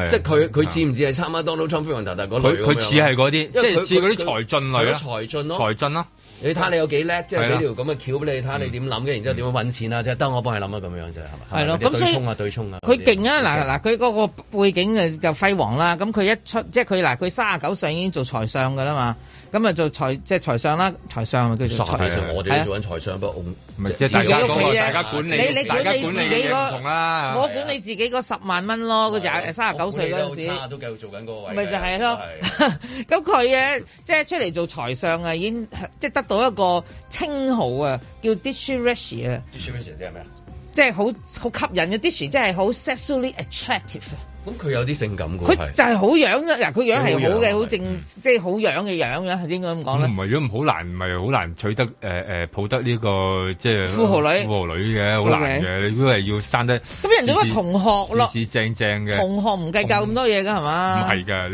係啊即係佢佢似唔似係參加 Donald Trump 飛黃騰達嗰類佢咁樣啊佢似係嗰啲，因為佢即係似佢嗰啲財進係類咯啦，財進咯財進咯，啊你睇你有幾叻，即係係啦俾條咁嘅橋俾你睇下你點諗嘅，然之後點樣揾錢啊？即係得我幫你諗啊，咁樣啫，係咪？係咯係咪咁所對以沖啊，對沖啊，佢勁啊！嗰啲嗱嗱，佢嗰個背景誒就輝煌啦。咁佢一出即係佢嗱，佢三十九歲已經做財相㗎啦嘛。咁啊做財即係財相啦，財相啊叫做傻財其實我哋都做緊財商，不過唔係即係大家自己嗰屋企個啫啊大家管理，你你大管家你管自理己嘅嘢嗰唔同啦。我管你自己嗰十萬蚊咯，佢啊廿三十九歲嗰陣時。差啊都繼續做緊嗰個位嘅，咪就係咯係， 咁佢嘅即係出嚟做財相啊，已經即係得到一個稱號啊，叫 Dishy Rashi 啊， Distribution 即係咩啊？即係好好吸引嘅 Dishy，即係好 sexually attractive 啊。咁佢有啲性感嘅佢係就係好樣啦，嗱佢樣係好佢好樣嘅，啊好正，即係好樣嘅樣嘅，應該咁講咁唔啦。係，如果唔好難，唔係好難取得誒誒、呃抱得呢、個即係富豪女富豪女嘅好難嘅。你都係要生得咁人哋都話同學咯，事正正嘅，唔同學唔計較咁多嘢㗎係嘛？係㗎，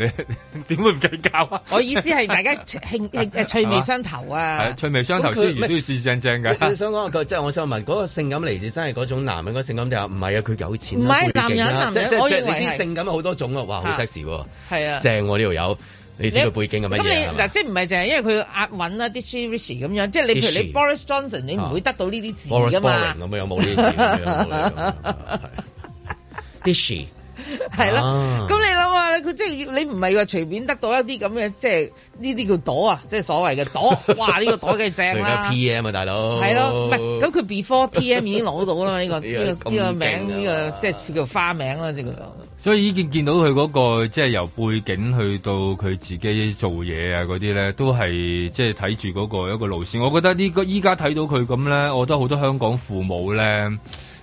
你 點會唔計較啊？我意思係大家 興興誒趣味相投係啊，趣味相投之餘都要事正正你你嘅。想講個即係我想問嗰個性感嚟自真係嗰種男人嗰個性感定係唔係啊？佢有錢唔啦係背景啦啊男人男即人即我即認為你知係性感有好多種啊！哇，好嚇 sexy 喎，係啊。正喎呢度有，你知道背景係乜咁嘢啊係你嗱，嘛即係唔係淨係因為佢押韻啦，Dishy Rishi 咁樣，即係你譬如 Dishy 你 Boris Johnson，你唔會得到呢啲字 Boris 㗎 Boring 嘛？咁樣有冇呢啲字咁樣有冇呢啲咁樣係 Dishy 係啊咯，咁你諗下，佢即係你唔係話隨便得到一啲咁嘅，即係呢啲叫朵啊，即係所謂 嘅朵。哇！呢個朵嘅佢正而家啦， PM 啊大佬，係咯，唔係咁佢 before PM 已經攞到啦嘛？呢 個呢個呢個呢咁個勁啊名呢個即係叫花名啦，即係叫做。所以已經見到佢嗰、個即係由背景去到佢自己做嘢啊嗰啲咧，都係即係睇住嗰個一個路線。我覺得呢、個依家睇到佢咁咧，我覺得好多香港父母咧，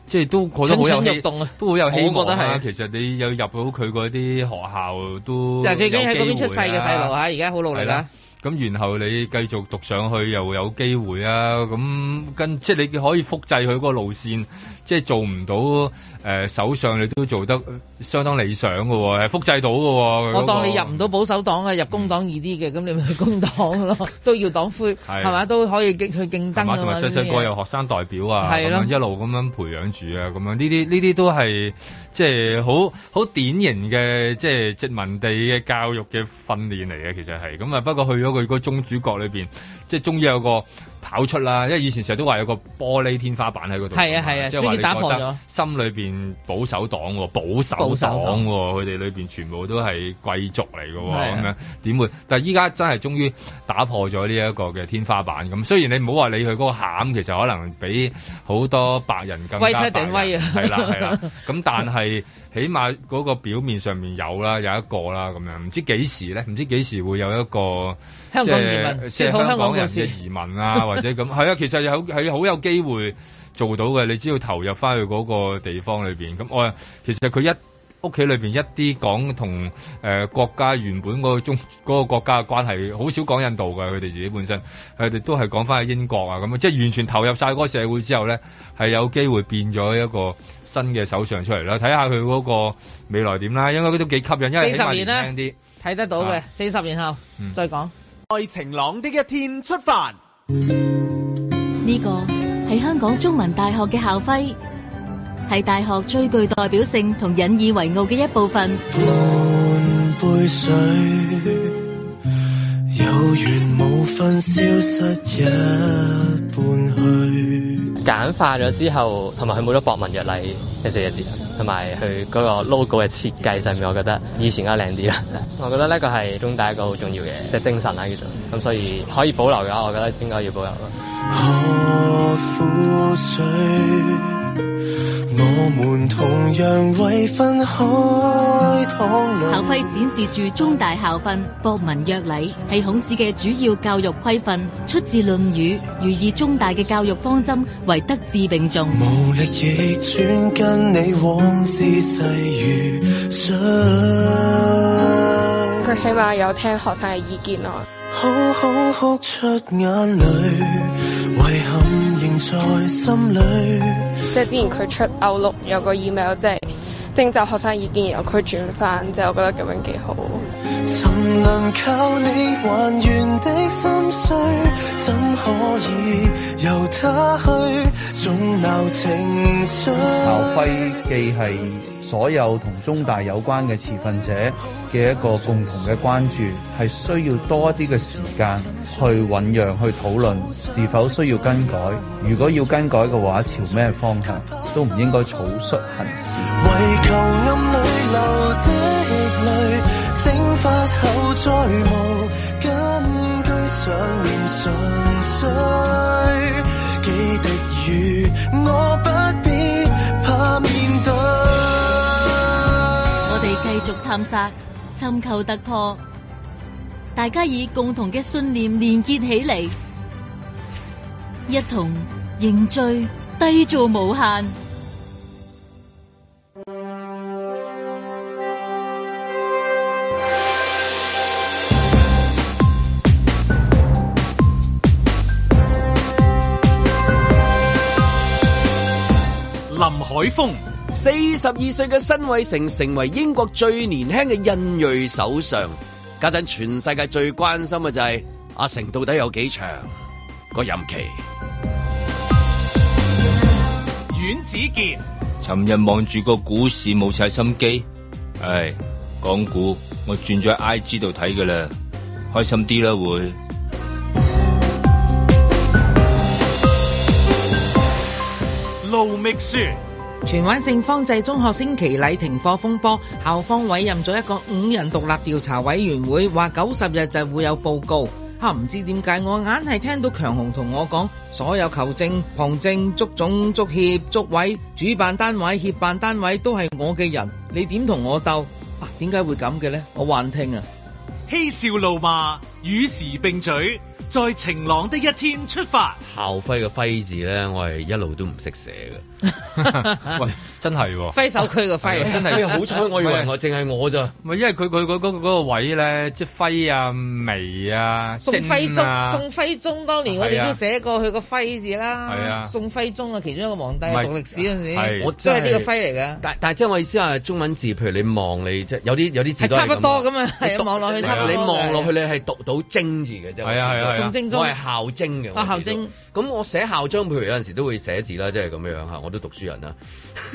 即係都覺得好有蠢蠢希欲動啊都好有希望我覺得啊。係其實你有入到佢嗰啲學校都就最緊要喺嗰邊出有世機會嘅啊細路嚇，而家好努力係啦啦。咁然後你繼續讀上去又有機會啊！咁跟即係你可以複製佢嗰個路線，即係做唔到誒、呃首相，你都做得相當理想嘅喎、係複製到嘅喎、我嗰個當你入唔到保守黨啊，入工黨易啲嘅，咁你咪去工黨 咯，都要黨魁係係嘛，都可以競去競爭係嘛，㗎同嘛。埋細細個有學生代表啊，咁係咯樣一路咁樣培養住啊，咁樣呢啲呢啲都係即係好好典型嘅即係殖民地嘅教育嘅訓練嚟嘅，其實係咁啊。不過去咗佢個宗主國裏邊，即係終於有個跑出啦，因為以前成日都話有個玻璃天花板喺嗰度㗎嘛，係啊係啊即係話終於你打破覺得咗心裏邊保守黨喎，保保守守黨黨喎，佢哋裏邊全部都係貴族嚟嘅係喎，啊咁樣點會？但係依家真係終於打破咗呢一個嘅天花板咁。雖然你唔好話理佢嗰個餡，其實可能比好多白人更威加出定白威人啊係啦係 啦。咁但係起碼嗰個表面上面有啦，有一個啦咁樣。唔知幾時咧？唔知幾時會有一個香港移民即係說好香港人故事嘅移民 啊，或者咁係啊。其實有係好有機會做到嘅，你只要投入翻去嗰個地方裏邊。咁我其實佢一屋企裏邊一啲講同誒國家原本嗰個中嗰、 個國家嘅關係，好少講印度㗎，佢哋自己本身，佢哋都係講翻去英國啊咁，即係完全投入晒嗰個社會之後咧，係有機會變咗一個新嘅首相出嚟啦。睇下佢嗰個未來點啦，應該都幾吸引，因為起碼40年年啦輕啲。睇得到嘅啊，四十年後嗯再講。在晴朗的一天出發。呢個係香港中文大學嘅校徽，係大學最具代表性同引以為傲嘅一部分。半杯水，有緣無分消失一半去。簡化咗之後，同埋佢冇咗博文約禮呢四隻字，同埋佢嗰個 logo 嘅設計上面，我覺得以前嗰個靚啲啦。 我覺得呢個係中大一個好重要嘅即係精神啊啦，叫做咁，所以可以保留嘅話，我覺得應該要保留咯。喝苦水，我們同樣為分開淌淚。校徽展示住中大校訓《博文約禮》，係孔子嘅主要教育規訓，出自《論語》，寓意中大嘅教育方針為德智並重。無力逆轉跟你往事細如水，佢起碼有聽學生嘅意見咯。好好哭出眼淚，遺憾仍在心裏。即係之前佢出 Outlook 有個 email，即係徵集學生意見，然後佢轉翻，即係我覺得咁樣幾好。沉淪靠你還原的心碎，怎可以由他去？總鬧情緒。校徽既係所有同中大有關嘅持份者嘅一個共同嘅關注，係需要多一啲嘅時間去醖釀、去討論是否需要更改。如果要更改嘅話，朝咩方向都唔應該草率行事。為求暗裏流的淚，蒸發後再無根據上面常衰。幾滴雨，我不必怕面對。我哋繼續探索，尋求突破，大家以共同嘅信念連結起嚟，一同凝聚，締造無限。林海峰、四十二歲嘅辛偉誠成為英國最年輕嘅印裔首相。家陣全世界最關心嘅就係、阿成到底有幾長個任期？阮子健、尋日望住個股市冇晒心機，唉，港股我轉咗 I G 度睇㗎啦，開心啲啦會。盧覓雪。荃灣聖方濟中學升旗禮停課風波，校方委任咗一個五人獨立調查委員會，話九十日就會有報告。啊，唔知點解我硬係聽到強雄同我講，所有球證、旁證、足總、足協、足委、主辦單位、協辦單位都係我嘅人，你點同我鬥？啊，點解會咁嘅呢？我幻 聽啊！ 嬉笑怒罵，與時並舉，在晴朗的一天出發。校徽嘅徽字咧，我係一路都唔識寫嘅。 喂，真係喎揮手區個揮啊真 係。哎呀好彩，我以為我淨係我咋。咪因為佢佢嗰嗰嗰個位咧，即係揮啊、眉啊、宋徽精宗，啊宋徽宗當年我哋都寫過佢個徽字啊係啦啊。宋徽宗啊，其中一個皇帝唔係讀歷史嗰陣時，係我都係呢個徽嚟㗎。但但係即係我意思係中文字，譬如你望你即係有啲有啲字係都係差不多咁咁啊，係啊望落去差不多你嘅。望落去，你係讀到精字嘅啫。係啊係啊係啊宋精精宗我係校精嘅。啊校精我知道。咁我寫校章，譬如有陣時都會寫字啦，即係咁樣樣嚇，我都讀書人啦。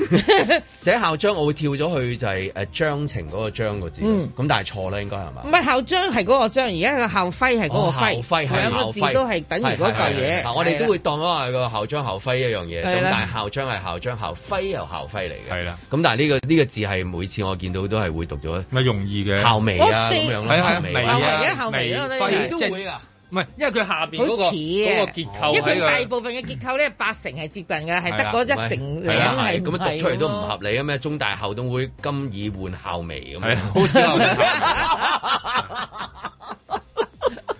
寫校章，我會跳咗去就係誒章程嗰個章個字。嗯咁但係錯啦，應該係嘛？唔係校章係嗰個章，而家個校徽係嗰個哦徽，校徽係兩校個徽字都係等於嗰嚿係係係嘢。嗱我哋都會係啊當咗係個校章校徽一樣嘢，係咁啦但係校章係校章，校徽又校徽嚟嘅。係啦。咁但係呢個呢個字係每次我見到都係會讀咗，咪容易嘅校眉啊我哋咁樣係咯，係校眉眉啊啊而家校眉啊眉我哋徽都即係會啊。唔係，因為佢下邊嗰個好似啊嗰個結因構為喺佢大個。部分嘅結構咧，八成係接近嘅，係得啦嗰一成係啦係啊兩係咁樣讀出嚟都唔係合理啊！咩中大校董會今已換校眉咁係樣，啊好少校眉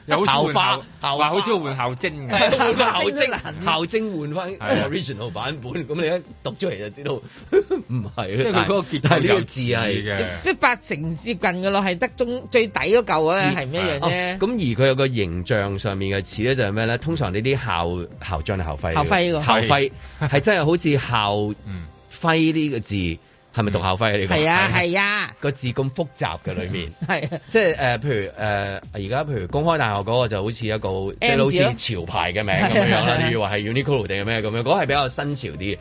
又好少校換花校話好少換校精嘅，校精難校精換翻係啊 original 版本，咁你一讀出嚟就知道唔係。啊即係佢嗰個結構但係呢有個字係嘅即係八成接近嘅咯，係得中最底嗰嚿啊，係唔一樣哦啫。咁而佢有個形象上面嘅似咧，就係咩咧？通常呢啲校校章係校徽嚟嘅，校徽喎校徽係真係好似校嗯徽呢個字，係咪讀校徽啊呢個？係啊，係啊，個字咁複雜嘅裏面。係啊。即係誒、呃譬如誒，呃而、家譬如公開大學嗰個就好似一個即係好字咯似潮牌嘅名咁樣 樣啦，你以為係 Uniqlo 定係咩咁樣，嗰、個係比較新潮啲嘅。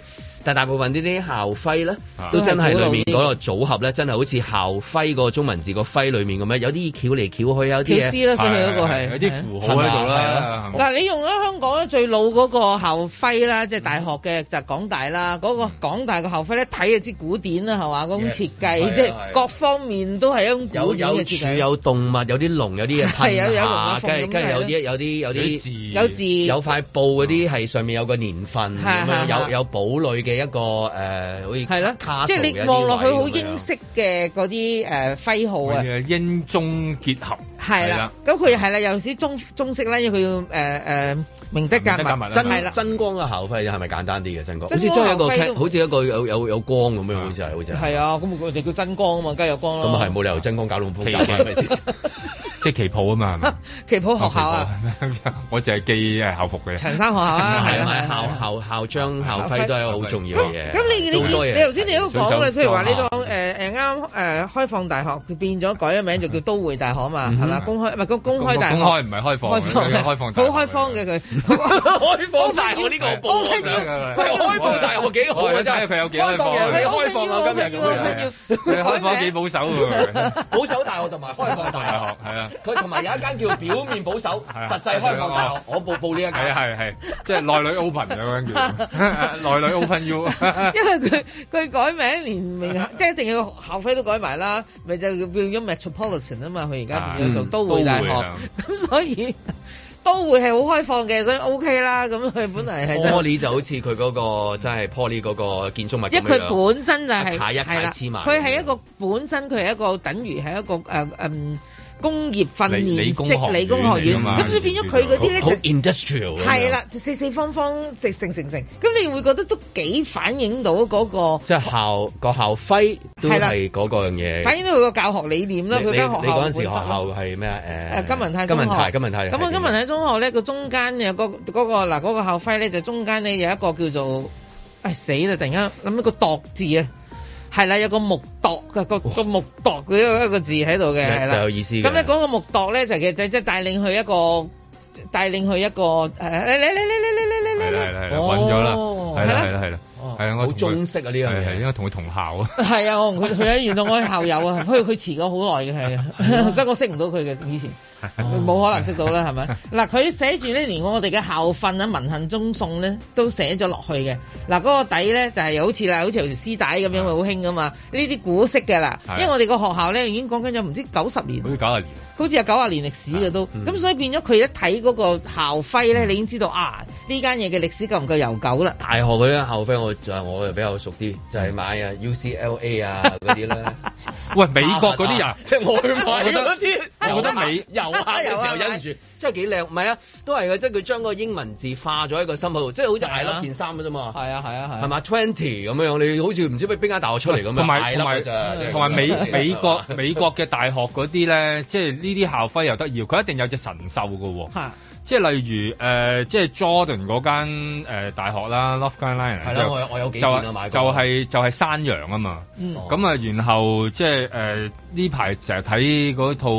但大部分呢啲校徽咧，啊都真係裏面嗰個組合咧，真係好似校徽個中文字個徽裏面咁樣，有啲翹嚟翹去，有啲嘢條絲啦所以嗰個係啊有啲符號喺度啦。係咪嗱，你用咗香港咧最老嗰個校徽啦，即係大學嘅就係港大啦，嗰、個港大個校徽咧睇就知古典啦，係嘛？嗰種 Yes，設係計啊即係係啊各方面都係一種古有典嘅有設柱計。有動物有啲龍有啲嘢 係有噴有龍有下，鳳跟住咁跟住有係啲有啲有啲有字有塊布嗰啲係上面有個年份係咁樣，係係有有堡壘嘅一個誒，好似係啦卡即係你望落去好英英式嘅嗰啲誒徽號啊，係啊英中結合係啦，咁佢係啦，有時中中式咧，因為佢要誒誒啊明德格物，真係啦，真光嘅校徽係咪簡單啲嘅真光？好真似光真係一個校徽都啊 cat- 好似一個有有有光咁樣，好似係好似係係啊，咁佢哋叫真光啊嘛，梗係有光咁啊啦。係冇理由真光搞到咁複奇雜怪係咪先？即係旗袍啊嘛，係咪 旗袍學校啊，我淨係記誒校服嘅。長衫學校 啊，係咪校校校章校徽都係一個好重要嘅嘢。咁你你好多嘢你頭先你都講啦，水手譬如話你講誒誒啱誒開放大學，佢變咗改咗名就叫都會大學啊嘛，嗯係嘛？公開唔係個公開大學，公開唔係開放，佢開放大學好開放嘅佢， 開放大學呢個我報我啊上要啊佢開放大學幾好啊！真係佢有幾開放，佢開放啊！我今日咁樣，佢開放幾保守喎。保守大學同埋開放大大 學，學係啊，佢同埋有一間叫表面保 守，啊實際開放大學。我報報呢一間。係啊係係，即係內裏 open 啊咁樣叫，內裏 open U。 因為佢佢改名 連名即係一定要校徽都改埋啦，咪就叫變咗 metropolitan 啊嘛，佢而家變咗做啊都會大學，都會啊咁所以都會係好開放嘅，所以 OK 啦，咁佢本嚟係真係 Poly 就好似佢嗰個真係 Poly 嗰個建築物咁因為樣。佢本身就係一卡一卡係啦黐埋佢係一個本身佢係一個等於係一個誒誒、嗯工業訓理理練工式理工學學院嚟㗎院，嘛咁所以變咗佢嗰啲咧好好啊就 industrial 咁樣。係啦，就四四方方，直成成成，咁你會覺得都幾反映到嗰、個。即係校個校徽都係啦係嗰個樣嘢。反映到佢個教學理念啦，你佢間你學你校嗰陣時學本身校係咩啊？誒誒金文泰金中文泰學，金文泰咁啊，金文泰中學咧，個中間有個嗰個嗱嗰個校徽咧，就中間咧有一個叫做唉死啦！突然間諗起個度字啊，係啦，有個木度嘅個個木度嘅一個字喺度嘅，係就啦有意思嘅咁咧嗰個木度咧就其實即係帶領去一個帶領去一個誒嚟嚟嚟嚟嚟嚟嚟係嚟啦嚟係啦係啦，揾咗啦，哦係啦係係啦係啦，係啊，我好中式啊呢樣嘢，因為同佢同校啊。 係啊，我同佢佢喺原來我係校友啊， 佢佢遲咗好耐嘅係啊， 所以我識唔到佢嘅以前，哦冇可能識到啦，係咪？嗱，佢寫住咧，連我哋嘅校訓啊、文恨中送咧，都寫咗落去嘅。嗱，嗰個底咧就係好似啦，好似條絲帶咁樣，啊好興噶嘛。呢啲古式嘅啦係，啊因為我哋個學校咧已經講緊咗唔知九十年好。似九廿年，好似有九廿年歷史嘅都，咁、嗯所以變咗佢一睇嗰個校徽咧，你已經知道啊呢間嘢嘅歷史夠唔夠悠久啦。大學嗰啲校徽我就我就比較熟啲，就係買啊 UCLA 啊嗰啲咧。 喂，美國嗰啲人， 即係我去買嗰啲，啊我覺得美啊遊客嘅時 候忍唔住，真係幾靚。唔係啊，都係嘅，即係佢將個英文字化咗喺個心口度，即係啊好似大粒件衫嘅啫嘛。係啊係啊係係嘛？Twenty 咁樣，你好似唔知邊間大學出嚟咁樣，同大埋粒啊同嘅埋咋同埋 美啊美國美國嘅大學嗰啲咧，即係呢啲校徽又得意，佢一定有隻神獸嘅喎。即係例如誒、呃即係 Jordan 嗰間、呃、大學啦，North Carolina 係啦就我有我有幾就件啊係買過就係、就係、山羊啊嘛。嗯咁啊、然後即係誒呢排成日睇嗰套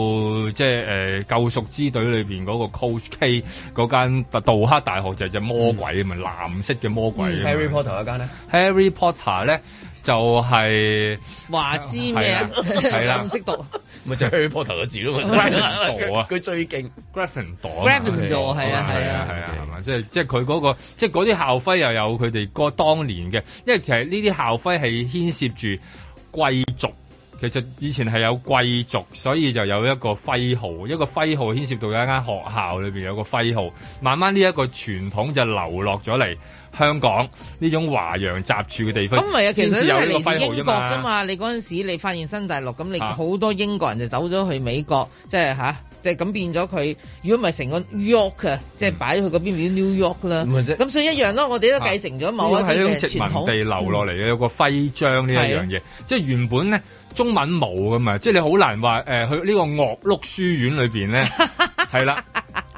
即係誒、呃救贖之隊裏面嗰個 Coach K 嗰間杜克大學就係隻魔鬼啊嘛，藍色嘅魔鬼啊嘛。嗯 Harry Potter 嗰 間咧， Harry Potter 咧就係、話知咩啊？係 啦唔識讀。咪就係 Harry Potter 嘅字咯 Gryffindor 啊佢最勁 Gryffindor 啊嘛 Gryffindor，係啊係啊係啊，係嘛？即係即係佢嗰個，即係嗰啲校徽又有佢哋嗰當年嘅，因為其實呢啲校徽係牽涉住貴族。其實以前係有貴族，所以就有一個徽號，一個徽號牽涉到有一間學校裏邊有個徽號，慢慢呢一個傳統就流落咗嚟香港呢種華洋雜處嘅地方。咁唔係啊，其實先至都有係呢嚟個自徽號英國啫。嘛。你嗰陣時你發現新大陸，咁你啊好多英國人就走咗去美國，即係吓，即係咁變咗佢。如果唔係成個 York 啊，即係擺去嗰邊變咗 New York 啦。咁所以一樣咯，我哋都繼承咗某呢一個係啲嘅種殖傳民統。嗯地流落嚟嘅有個徽章呢一樣嘢，即係原本咧中文冇噶嘛，即係你好難話誒、呃去呢個樂碌書院裏 邊咧係啦。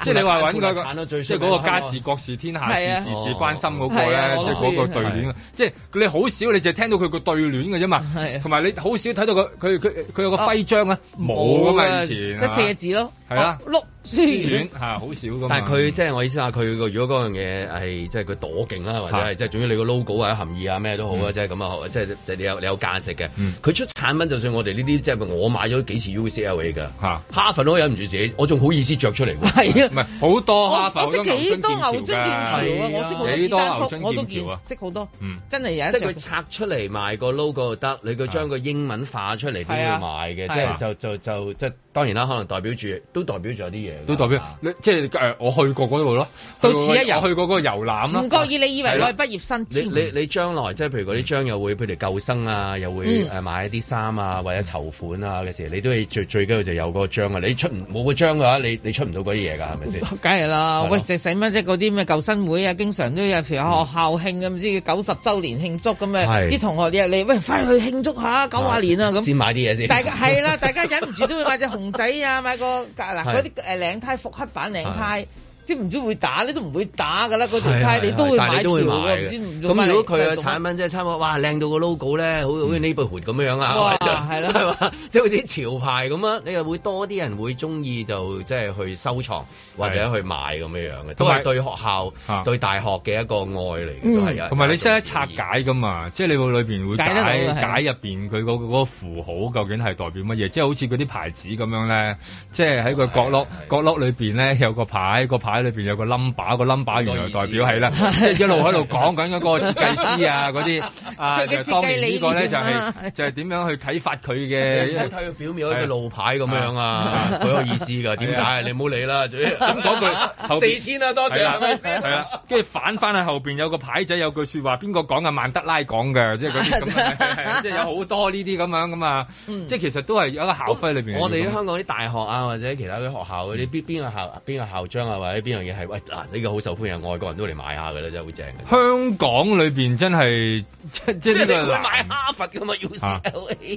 即係你話揾嗰富勒坦個，咯最即係出名嗰個家事國事天下事係啊事事關心嗰個係啊咧，我即係嗰個對聯知啊，即係你好少你就聽到佢個對聯嘅啫嘛，同埋你好少睇到個佢佢佢哦有個徽章啊，冇噶嘛以前，得四個字咯。哦係啦碌書院。嚇好少噶嘛。但係佢即係我意思話，佢個如果嗰樣嘢係即係佢躲勁啦，或者係即係總之你個 logo 或者含義啊咩都好啊，嗯即係咁啊，即係你有你有價值嘅嗯。佢出產品就算我哋呢啲即係我買咗幾次 UCLA 㗎嚇，哈佛都忍唔住自己，我仲好意思着出嚟喎。係啊，唔係好多哈我佛我識幾多牛津劍橋啊係！我識好多幾史多丹牛福津，我都劍見橋啊識好多。嗯真係有啊一即係佢隻。拆出嚟賣個 logo 就得，你佢將個英文化出嚟都係要啊賣嘅，係即係啊就就就即係當然啦，可能代表住都代表住有啲嘢㗎。都代表你即係誒，我去過嗰度咯，到此一遊我去過嗰個遊覽啦。唔覺意你以為我係係畢業生你添？你你將來即係譬如嗰啲章又會，譬如救生啊，又會嗯誒買一啲衫啊，或者籌款啊嘅時候，你都要最最緊要就有嗰個章啊！你出唔冇個章嘅話，你你出唔到嗰啲嘢㗎，係咪先？ 梗係啦，係咯嗯喂，就使乜啫？嗰啲咩救生會啊，經常都有，譬如學校慶啊咁，唔知九十週年慶祝咁啊，係啲同學約你，喂，快去慶祝下九啊年啊咁。 先買啲嘢先。大家 係啦，大家忍唔住都會買隻熊仔啊，買個嗱係嗰啲誒領呔復刻版領呔，即係唔知會打你都唔會打㗎啦，嗰條係啊呔你都會但係買你條都會買㗎，唔嘅知唔做乜咁嚟如果佢嘅做乜產品即係差唔多，哇靚到個 logo 咧，好好似 neighborhood 咁樣啊，嗯哇或 者係啦係嘛，即係好似啲潮牌咁啊，你又會多啲人會中意就即係去收藏或者去買咁樣樣嘅，都同埋係對學校啊對大學嘅一個愛嚟嘅，都係嗯有同埋你識得拆解噶嘛？即係你會裏邊會解解得到嘅係解入邊佢嗰嗰個符號究竟係代表乜嘢？即係好似嗰啲牌子咁樣咧，即係喺個角落角落裏邊咧有個牌，個牌裏邊有個 number，個 number 原來代表係啦，即係一路喺度講緊嗰個設計師啊嗰啲啊，佢嘅就當設計年理呢個咧就念啊係就係點樣去啟發佢你唔好 嘅。睇佢表面好似路牌咁樣啊，好有意思㗎。點解啊？你唔好理啦， 總之咁嗰句後邊四千啊，多謝係啦係咪先係啦，跟住反翻喺後邊有個牌仔，有句説話，邊個講啊？曼德拉講嘅，即係嗰啲咁樣係啊，即係有好多呢啲咁樣咁啊，即係其實都係有一個校 徽裏邊。我哋啲香港啲大學啊，或者其他啲學校嗰啲邊邊個校邊個校長啊，或者邊樣嘢係喂嗱呢個好受歡迎，外國人都嚟買下㗎啦，真係好正嘅。香港裏邊真係即即即係呢係你個會難買哈佛㗎嘛，UCLA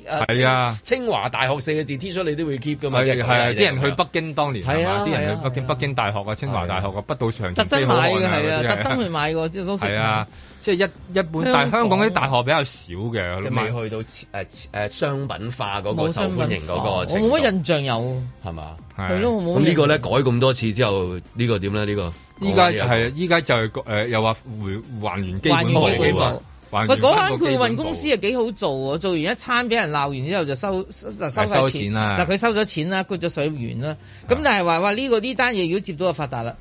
啊，係啊清清華大學四個字 T 恤你都會 keep 㗎嘛，係即係係啊啲人去北京當年係係啊嘛，啲人係啊去北京北京大學啊、清華大學啊、北島長城特登飛好買漢嘅啊係嗰啲啊，特登去買個即係都識。係啊，，即係一一般，香但係香港啲港大學比較少嘅，啊即係未去到誒誒商品化嗰個冇受商歡迎品哦嗰個我程冇度乜印象有。係嘛？係咯我冇乜咁呢個咧印改咁多次之後，呢個點咧？呢個依家係依家就係個誒又話回還原基本還原基本步啊步，還原返喂，嗰個間基顧本問公步司又幾好做喎，做完一餐俾人鬧完之後就收收就收晒收錢錢啦嗱，佢收咗錢啦，割咗水完啦。咁但係話話呢個呢單嘢如果接到就發達啦，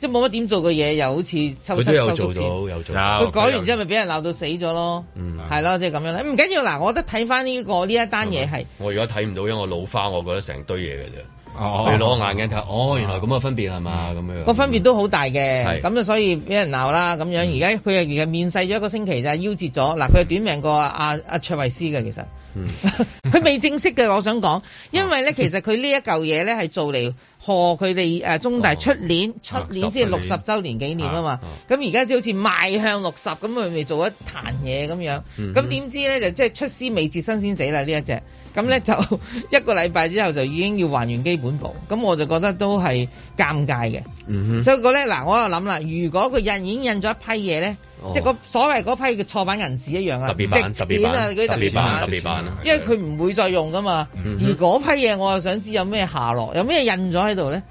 即係冇乜點做嘅嘢，又好似收佢都收有收啊做足錢。到，有做佢到。改完之後咪俾人鬧到死咗咯，嗯係咯，即係咁樣啦。唔緊要嗱，我覺得睇翻呢個呢一單嘢係我而家睇唔到，因為我老花，我覺得成堆嘢嘅啫。哦你攞個眼鏡睇，哦，原來咁嘅分別係嘛？咁樣個分別都好大嘅，係咁就所以俾人鬧啦咁樣。而家佢係其實面世咗一個星期就係夭折咗，嗱佢係短命過阿阿卓慧思嘅其實。嗯 佢未正式嘅，我想講，因為啊咧，其實佢呢一嚿嘢咧係做嚟賀佢哋誒中哦大出年啊出年先係六十週年紀念啊嘛啊，咁而家即好似邁向六十，咁佢咪做一壇嘢咁樣，嗯咁點知咧就即係出師未捷身先死啦呢一隻，咁嗯咧就 一個禮拜之後就已經要還原基本步，咁我就覺得都係尷尬嘅。嗯所以個咧嗱，我就諗啦，如果佢印已經印咗一批嘢咧，哦即係嗰所謂嗰批嘅錯版銀紙一樣啊，特別版、值特錢別啊版、嗰特啲特別別版、版特。別版啊！因為佢唔會再用噶嘛。嗯而嗰批嘢，我又想知有咩下落，有咩印咗喺度咧？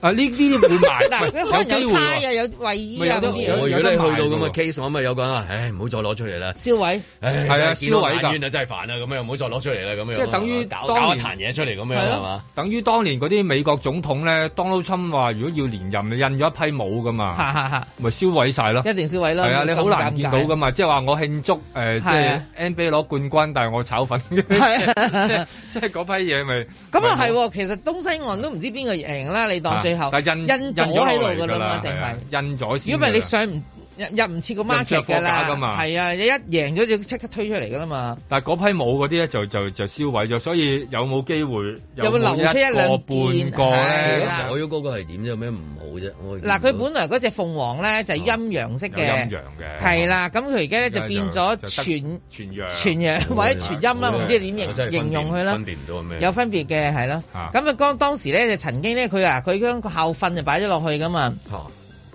啊，呢呢啲會賣 嗱，佢可喂有能機有會呔啊，喎。有衞衣啊嗰我如果啲你嘢，去到咁嘅有得賣 case，我咪有個人話，唉，唔好再攞出嚟啦。燒毀。唉，係真啊係見到燒毀㗎眼冤啊，真係煩啊！咁樣又唔好再攞出嚟啦，咁樣即係等於搞當搞一年壇嘢出嚟咁樣係咯係嘛？等於當年嗰啲美國總統咧，Donald Trump 話如果要連任，你印咗一批冇噶嘛，嚇嚇嚇咪燒毀晒咯。一定燒毀啦係啊，你好難見到咁噶嘛，即係話我慶祝誒，呃即係係啊 NBA 攞冠軍，但係我 炒粉，即係即係嗰批嘢咪咁啊係喎，其實東西岸都唔知邊個贏啦，你當最後啊但係印印咗落喺嚟度㗎㗎啦嘛，一定係係啊。印咗先㗎啦。如果唔係你上唔入入唔切個入唔切 market 㗎貨架㗎啦，嘛係啊，你一贏咗就即刻推出嚟㗎啦嘛。但係嗰批冇嗰啲咧就就就燒毀咗，所以有冇機會有冇冇留出一兩一件個半個係咧？啦改咗嗰個係點啫？有咩唔好啫？我嗯嗱，佢本來嗰隻鳳凰咧哦就係陰陽式有嘅，陰陽嘅係啦。咁佢而家咧而家就就變咗就得全全陽全陽或者全陰啦，我唔知點我形真係分形容佢啦分。辨唔到係咩？有分別嘅係咯，啊咁啊當當時咧就曾經咧佢啊佢將個校訓就擺咗落去噶嘛，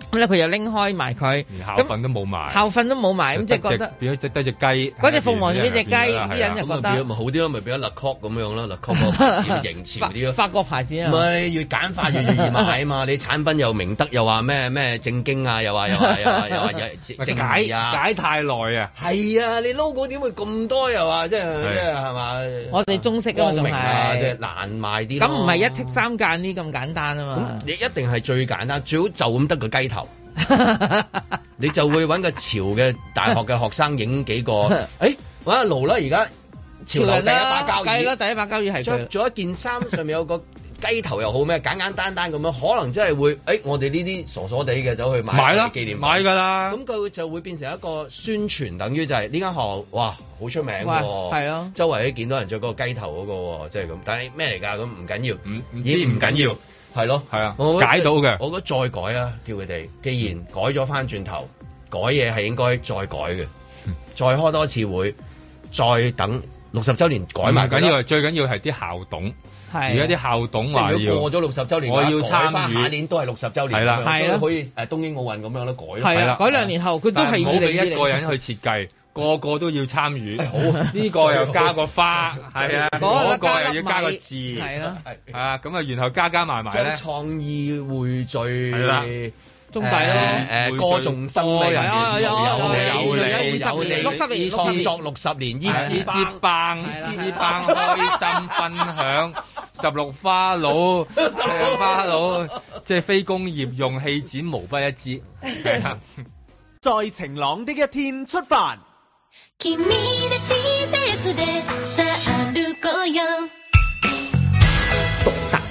咁咧佢就拎開埋佢，連校訓都冇埋，校訓都冇埋，咁即係覺得變咗只得只雞，嗰嗰隻鳳凰就變隻雞啲人就咁咪覺得變咗咪好啲咯，咪變咗勒 cock 咁樣咯，勒 cock 個牌子型潮啲咯。法國牌子唔啊嘛，係越簡化越易買啊嘛！你產品又明德，又話咩咩正經啊，又話又話又話又話正正解義啊，解太耐啊！係啊！你 logo 點會咁多又話即係係即係係嘛？我哋中式啊嘛光仲明啊，即係係，難賣啲咯。咁唔係一剔三間呢咁簡單啊 嘛，你一定係最簡單，最好就咁得個雞頭。你就會揾個潮嘅大學嘅學生影幾 個，哎誒揾阿盧啦，而家潮流第一把交梗係椅啦，，第一把交椅係着佢，咗一件衫，上面有個雞頭又好咩，簡簡單單咁樣，可能真係會誒、哎我哋呢啲傻傻地嘅走去買買啦紀念品買㗎啦咁佢就會變成一個宣傳，等於就係呢間學校哇好出名喎，哇係啊周圍都見到人着嗰個雞頭嗰、個喎，即係咁。但係咩嚟㗎？咁唔緊要，唔唔知唔緊要。係咯，係啊解到嘅我覺得再改啊，叫佢哋，既然改咗翻轉頭，改嘢係應該再改嘅，再開多次會，再等六十週年改埋唔佢啦緊要，最緊要係啲校董。而係家啲校董即話係如要果過咗六十週年，我要參參與下年都係六十週年，係啦咁樣係啦可以誒東京奧運咁樣都改咯。係啊，改兩年後佢都但係唔好二俾零二一零。個人去設計，個個都要參與。好， 呢最好個又加個 花，最係啊，最好嗰個又要加個字，係啦係啊，咁啊，然後加加埋埋咧將，創意匯聚係啦中大咯誒誒歌頌生命，匯聚歌有人有你你有有你你有你六十年六十創年作六十年，依熱支切接棒，熱棒開心分 享。十六花佬，十六花佬，即係非工業用氣展無不一 支，係啊。在晴朗的一天出發。君のシーベースでさあ歩こうよ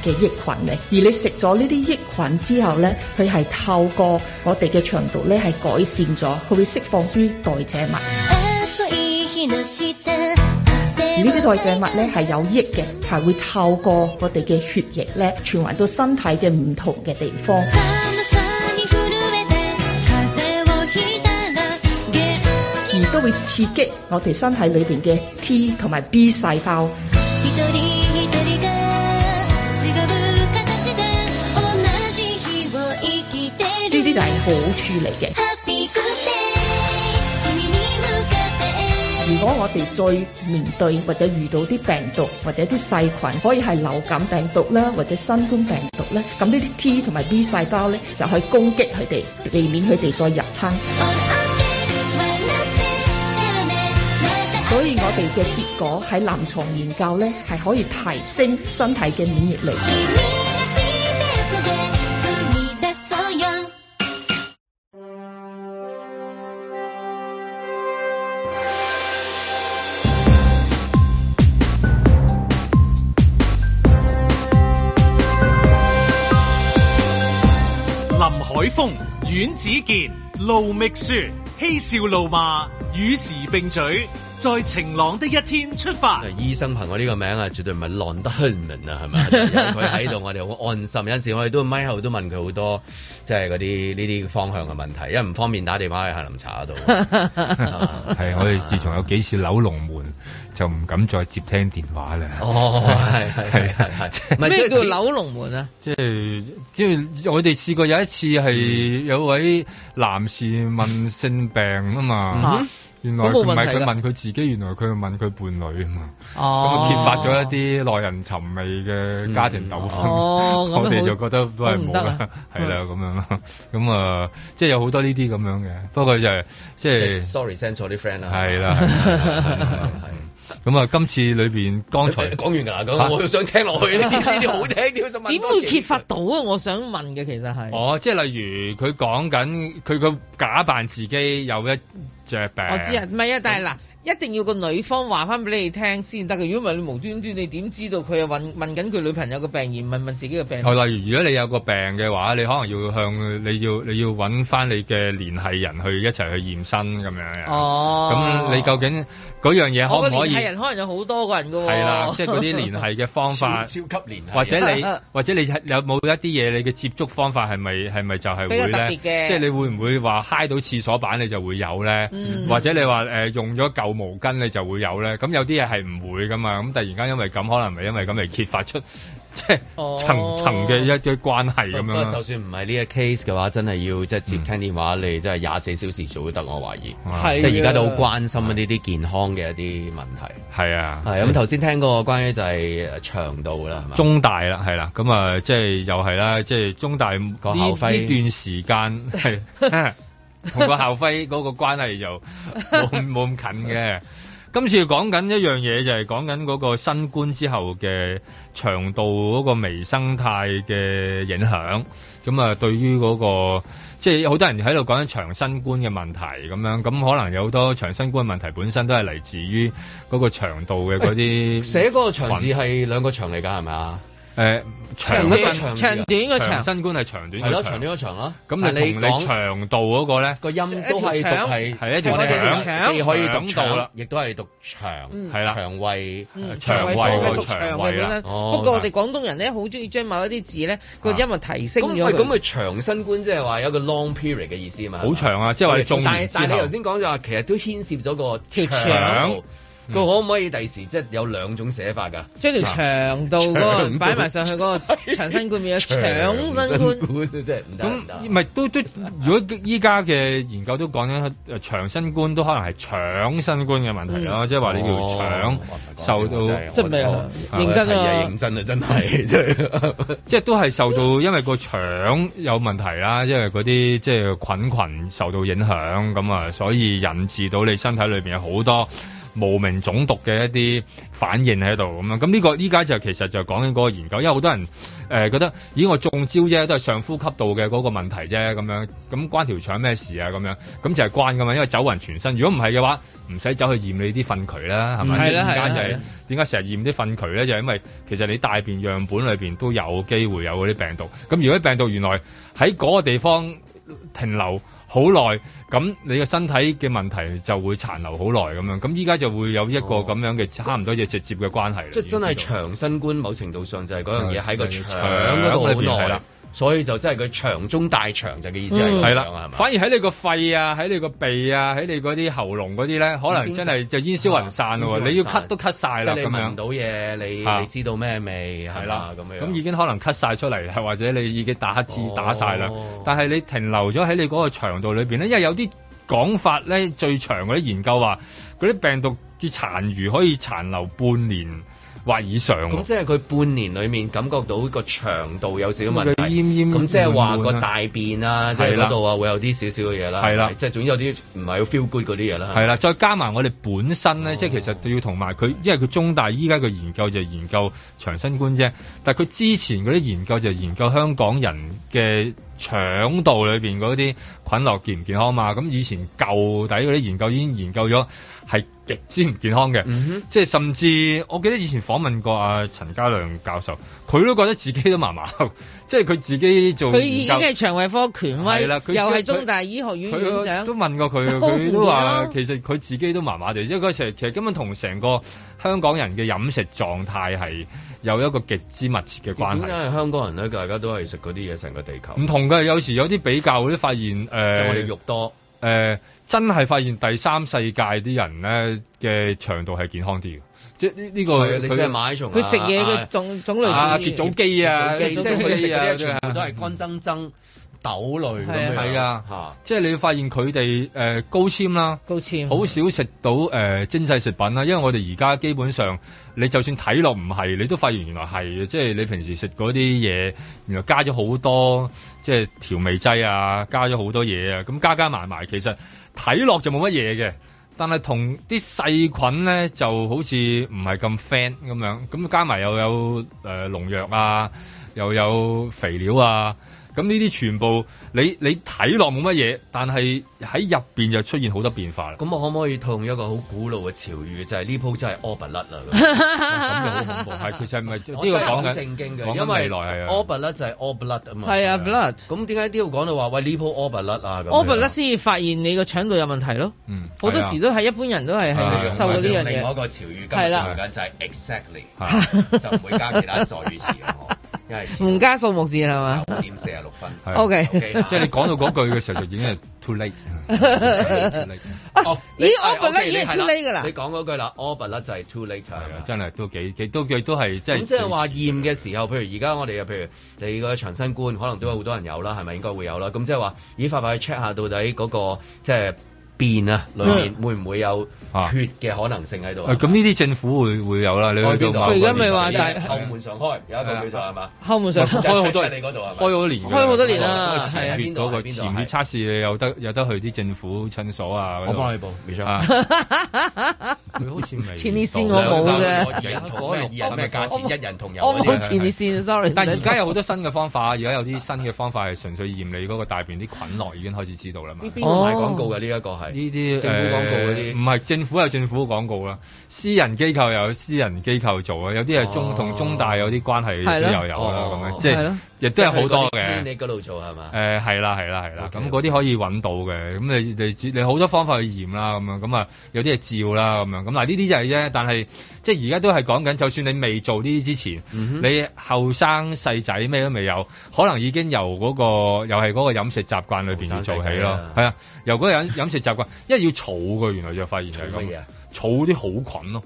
嘅益菌嚟，而你食咗呢啲益菌之後咧，佢係透過我哋嘅腸道咧係改善咗，佢會釋放啲代謝物，暑い日の下而呢啲代謝物咧係有益嘅，係會透過我哋嘅血液咧傳還到身體嘅唔同嘅地方。而都風をひたら元會刺激我哋身體裏邊嘅 T 同埋 B 細胞，一人一人が違う形で同じ日を生きて呢る啲就係好處嚟嘅。ハッピークス君に向かって如果我哋再面對或者遇到啲病毒或者啲細菌，可以係流感病毒啦，或者新冠病毒咧，咁呢啲 T 同埋 B 細胞咧就可以攻擊佢哋，避免佢哋再入侵。所以我哋嘅結果喺臨床研究咧係可以提升身體嘅免疫力。踏み出そうよ林海峰、阮子健、盧覓雪，嬉笑怒罵，與時並舉，在晴朗的一天出發。哎醫生朋友呢個名啊，絕對唔係浪得虛名啊，係咪？有佢喺度，我哋好安心。有陣時我哋都咪後都問佢好多，即係嗰啲呢啲方向嘅問題，因為唔方便打電話去杏林茶嗰度。係，我哋自從有幾次扭龍門，就唔敢再接聽電話啦。哦係係係係係即係唔係咩即係叫扭龍門啊？即係即係我哋試過有一次係有位男士問性病啊嘛。嗯原來咁冇佢唔係問題佢㗎問佢自己，原來佢係問佢伴侶啊嘛，咁啊哦揭發咗一啲耐人尋味嘅家庭糾紛，嗯哦咁啊我哋好就覺得都係冇咁唔得啦啊， 係啦咁樣咯，咁啊即係有好多呢啲咁樣嘅，不過就係即即係係 sorry send 錯啲 friend 啦。係啦，係啦係咁啊，今次裏邊剛 才 講完㗎啦，咁我又想聽落 去呢啲呢啲好聽啲，我想問點多會幾揭發到啊？我想問嘅其實係，哦，即係例如佢講緊佢個假扮自己有一隻病，我知啊，唔係啊，但係嗱。一定要個女方話翻俾你聽先得嘅，如果唔係你無端端你點知道佢係啊問問緊佢女朋友嘅病而唔係問自己嘅病？哦，例如如果你有個病嘅話，你可能要向你要你要揾翻你嘅聯繫人去一齊去驗身咁樣。哦咁你究竟嗰樣嘢可我個唔可聯以繫？人可能有好多個人嘅喎，係啦，即係嗰啲聯繫嘅方 法，超級啊聯繫 或者你或者你有冇一啲嘢你嘅接觸方法係咪係咪就係比較會特咧？別嘅即係你會唔會話揩到廁所板你就會有咧？嗯或者你話誒、呃用咗舊毛巾你就會有咧？咁有啲嘢係唔會噶嘛？咁突然間因為咁，可能咪因為咁嚟揭發出即係哦層層嘅一啲關係咁不樣過啊啦。就算唔係呢一 case 嘅話，真係要即係接聽電嗯話，你真係廿四小時做都得，我懷疑。係即係而家都啊好關心呢啲健康嘅一啲問題。係啊，係咁頭先聽過關於就係呃腸道啦，係嘛？中大啦，係啦，咁啊，即係又係啦，即係中大呢呢個校徽段時間 係同個校徽嗰個關係就 冇咁冇咁近嘅。今次講緊一樣嘢就係講緊嗰個新冠之後嘅腸道嗰個微生態嘅影響，咁啊對於嗰、個即係好多人喺度講緊長新冠嘅問題咁樣，咁可能有好多長新冠嘅問題本身都係嚟自於嗰個腸道嘅嗰 啲寫嗰個腸字係兩個腸嚟㗎，係咪啊？誒長長身長長短個長新冠係長係短個咯長短個長咯咁你同但係你你講長度嗰個咧個音都係讀係係一條腸，既可以讀腸道腸啦，亦都係讀腸，嗯係啦腸胃嗯腸胃科個讀腸腸胃嘅啦本身，哦不過我哋廣東人咧好中意將某一啲字咧個音啊提升咁咗喂咁佢佢。長新冠即係話有一個 long period 嘅意思嘛？係嘛好長啊即係話你中但完係之後但係你頭先講就話其實都牽涉咗個條腸腸度。嗯佢可唔可以第時即係有兩種寫法㗎？將條腸道腸嗰個道擺埋上去嗰個長身冠變咗長身冠，冠 真係唔得唔得。唔係都都，如果依家嘅研究都講緊誒長新冠都可能係腸新冠嘅問題咯，嗯即係話你條腸受到真係我真係認真啊係啊認真啊 真係真係即係都係受到因為個腸有問題啦，因為嗰啲即係菌群受到影響咁啊，所以引致到你身體裏邊有好多。無名腫毒嘅一啲反應喺度咁啊樣，咁呢個依家就其實就講緊嗰個研究，因為好多人誒、呃、覺得，咦我中招啫，都係上呼吸道嘅嗰個問題啫，咁樣，咁關條腸咩事啊？咁樣，咁就係關噶嘛，因為走勻全身。如果唔係嘅話，唔使走去驗你啲糞渠 啦，係嗯咪？係即啦係而家係啦係就係啦點解成日驗啲糞渠咧？就係因為其實你大便樣本裏邊都有機會有嗰啲病毒，咁如果啲病毒原來喺嗰個地方停留好耐，咁你嘅身體嘅問題就會殘留好耐咁樣。咁依家就會有一個咁樣嘅差唔多嘅直接嘅關係啦。即係真已係經知道長新冠，某程度上就係嗰樣嘢喺個腸腸嗰度裏邊好係耐啦，所以就真係佢腸中大腸就嘅意思係咁係樣啦，係嘛？反而喺你個肺啊，喺你個鼻啊，喺你嗰啲喉嚨嗰啲咧，可能真係就煙消雲散咯喎。你要咳都咳晒啦，即係咁你聞樣到嘢，啊你你知道咩味係係啦啦咁樣。哦咁已經可能咳晒出嚟，係 或者你已經打乞嗤打晒啦。但係你停留咗喺你嗰個腸道裏邊咧，因為有啲講法咧，最長嗰啲研究話，嗰啲病毒嘅殘餘可以殘留半年或以上喎。咁即係佢半年裡面感覺到個腸道有少少問題，佢奄奄咁即係話悶悶個啦大便啊，即係係啦嗰度啊會有啲少少嘅嘢啦，係啦即係總之有啲唔係好 feel good 嗰啲嘢啦。啊係啦，再加埋我哋本身哦咧，即係其實要同埋佢，因為佢中大依家嘅研究就係研究長新冠啫，但係佢之前嗰啲研究就係研究香港人嘅腸道裏邊嗰啲菌落健唔健康嘛。咁以前舊底嗰啲研究已經研究咗係極之唔健康嘅，嗯嗯即係甚至我記得以前訪問過阿陳家亮教授，佢都覺得自己都麻 麻，即係佢自己做佢已研經究。係腸胃科權威，係啦佢又係佢中大醫學院院佢長都。問過佢，都唔佢都話啊掂其實佢自己都麻麻地，因為佢成其實根本同成個香港人嘅飲食狀態係有一個極之密切嘅關點解係。嗯係香港人咧？大家都係食嗰啲嘢，成個地球。唔同嘅，有時有啲比較嗰啲發現，誒、就我哋肉多，誒、真係發現第三世界啲人咧嘅腸道係健康啲嘅，即係呢呢個係啊你真係買從佢食嘢嘅種種類啊少鐵啲。早基啊，即係佢食嗰啲全部都係。係乾爭爭豆類咁係樣。啊係啊嚇即係你會發現佢哋誒高纖啦，高纖好少食到誒、呃精製食品啦，因為我哋而家基本上你就算睇落唔係，你都發現原來係嘅，即係你平時食嗰啲嘢，原來加咗好多即係調味劑啊，加咗好多嘢啊，咁加加埋埋其實睇落就冇乜嘢嘅。但係同啲細菌咧就好似唔係咁 friend 咁樣，咁加埋又有誒、呃、農藥啊，又有肥料啊，咁呢啲全部你你睇落冇乜嘢，但係喺入邊就出現好多變化啦。咁我可唔可以套用一個好古老嘅潮語，就係呢鋪真係屙拔甩啦？咁就好恐怖係其實唔 係呢個啊我真係講緊好正經嘅，講緊因為未來係啊 all 拔甩就係 all blood 啊嘛。係啊，blood。咁點解呢度講到話喂呢鋪 all 拔甩啊？咁樣我覺得先至發現你個腸道有問題咯。嗯好多時都係一般人都係啊係受到呢另樣外一嘢。個潮語，今係日啦用緊就係 exactly，就唔會加其他助語詞嘅我，因為唔加數目字係嘛？九點四十六分。係 OK 即係你講到嗰句嘅時候就已經係 too late。哦，你咦係 all but ，OK， let 已你經係係 too late 㗎啦你講嗰句啦，all but let 就係 too late 係啊真係都幾幾都幾都係即係咁即係話驗嘅時候，譬如而家我哋啊，譬如你個長新冠，可能都有好多人有啦，係咪應該會有啦？咁即係話，咦，快快去 check 下到底嗰、個即係變啊，裏面會唔會有血嘅可能性喺度啊誒？咁呢啲政府會會有啦，你開去邊到度某啊？個佢而家咪話年代大後門上開，有一個叫做係嘛？後門上就係開好多 check 你嗰度係咪？開好多年㗎啦，開好多年啦嗰個係啊潛血嗰個邊度係邊度潛血測試，你有得有得去啲政府診所啊。嗰度我幫你報，未錯。啊佢好似未 前列腺我冇嘅二人同咩二人咩價錢，一人同有我嗰啲冇啊。前列腺，sorry。但而家有好多新嘅方法，而家有啲新嘅方法係純粹驗你嗰個大便啲菌落已經開始知道啦嘛。邊邊個賣廣告嘅呢一個係係呢啲政府廣告嗰啲誒唔係政府有政府廣告啦，私人機構又有私人機構做啊，有啲係中同中大有啲關係係都咯又有啦，咁哦樣即係係咯亦都有好多即係佢嗰啲 clinic 啊嘅。嗰度做係嘛？誒係啦係啦係啦，咁嗰啲可以揾到嘅，咁你你只你好多方法去驗啦，咁樣咁啊有啲係照啦，咁樣咁嗱呢啲就係啫，但係即係而家都係講緊，就算你未做呢啲之前，嗯你後生細仔咩都未有，可能已經由嗰、個又係嗰個飲食習慣裏邊要做起咯，係啊，由嗰個飲 飲食習慣，因為要儲嘅，原來就發現就係儲乜嘢咁啊，儲啲好菌咯，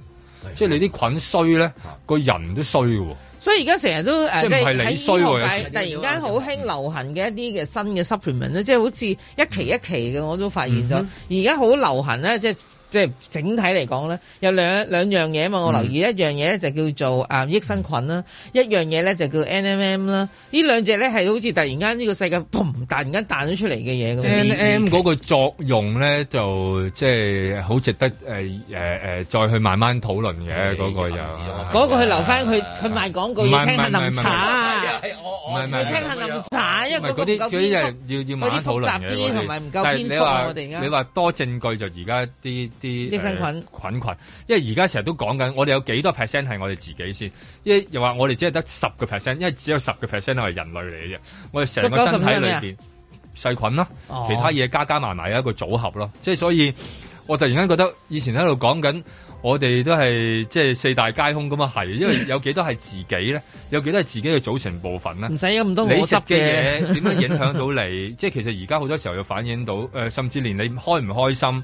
即係你啲菌衰咧，啊個人都衰嘅喎。所以而家成日都誒，即即係唔係係你喺醫衰喎有學時界突然間好興流行嘅一啲嘅新嘅 supplement 咧，即係好似一期一期嘅我都發現咗嗯，而家好流行咧，即係。即係整體嚟講咧，有兩兩樣嘢啊嘛，我留意、一樣嘢咧就叫做啊益生菌啦，一樣嘢咧就叫 NMM 啦，呢兩隻咧係好似突然間呢個世界砰突然間彈咗出嚟嘅嘢咁。 N M 嗰個作用咧，就即係好值得誒誒誒，再去慢慢討論嘅嗰個又。嗰個佢留翻佢佢賣廣告要聽下唔係唔係唔係冧茶，唔係唔要係聽下冧茶，因為嗰嗰個啲唔嗰啲夠篇係幅要要慢慢討論嘅嗰啲複雜啲同埋唔夠但係篇你幅啊話我哋而家你話多證據就而家啲啲益生菌呃菌群，因為而家成日都講緊，我哋有幾多 percent 係我哋自己先，因為又話我哋只係得十個 percent，因為只有十個 percent 係人類嚟嘅啫，我哋成個身體咁90%係裏咩啊邊細菌啦，哦其他嘢加加埋埋一個組合咯，即係所以。我突然間覺得以前喺度講緊，我哋都係即係四大皆空咁啊，係，因為有幾多係自己咧，有幾多係自己嘅組成部分咧，唔使咁多我你食執嘅嘢嘅點樣影響到你？ 即係其實而家好多時候又反映到誒、呃甚至連你開唔開心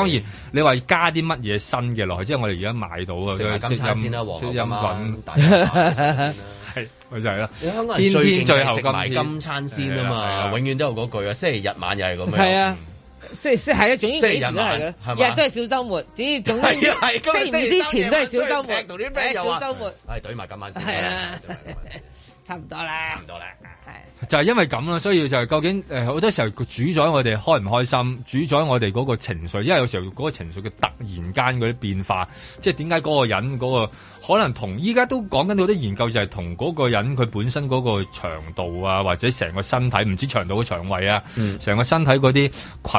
然你話加啲乜嘢新嘅落去，即係我哋而家買到啊，食埋金餐先啦，即係黃即牛金係飲啊滾，大家 係咪就係啦？你香港人天最天勁最最後後食埋今金天餐先啊係啊係嘛，啊永遠都有嗰句啊，星期日晚又係咁樣。係啊，即即係啊，總之星期幾日時都係嘅晚係，嘛日日都係小週末，只 要總之係啊係今日星期五之前都係小星週期三夜晚出去劈到末，啲係 friend 又小話週末，係懟埋今晚先。係啊，差唔多啦，差唔多啦，就係因為咁啦，啊所以就係究竟呃誒好多時候佢主宰我哋開唔開心，主宰我哋嗰個情緒，因為有時候嗰個情緒嘅突然間嗰啲變化，即係點解嗰個人嗰、個可能同依家都講緊好多研究，就係同嗰個人佢本身嗰個腸道啊，或者成個身體，唔知腸道嘅腸胃啊，嗯成、個身體嗰啲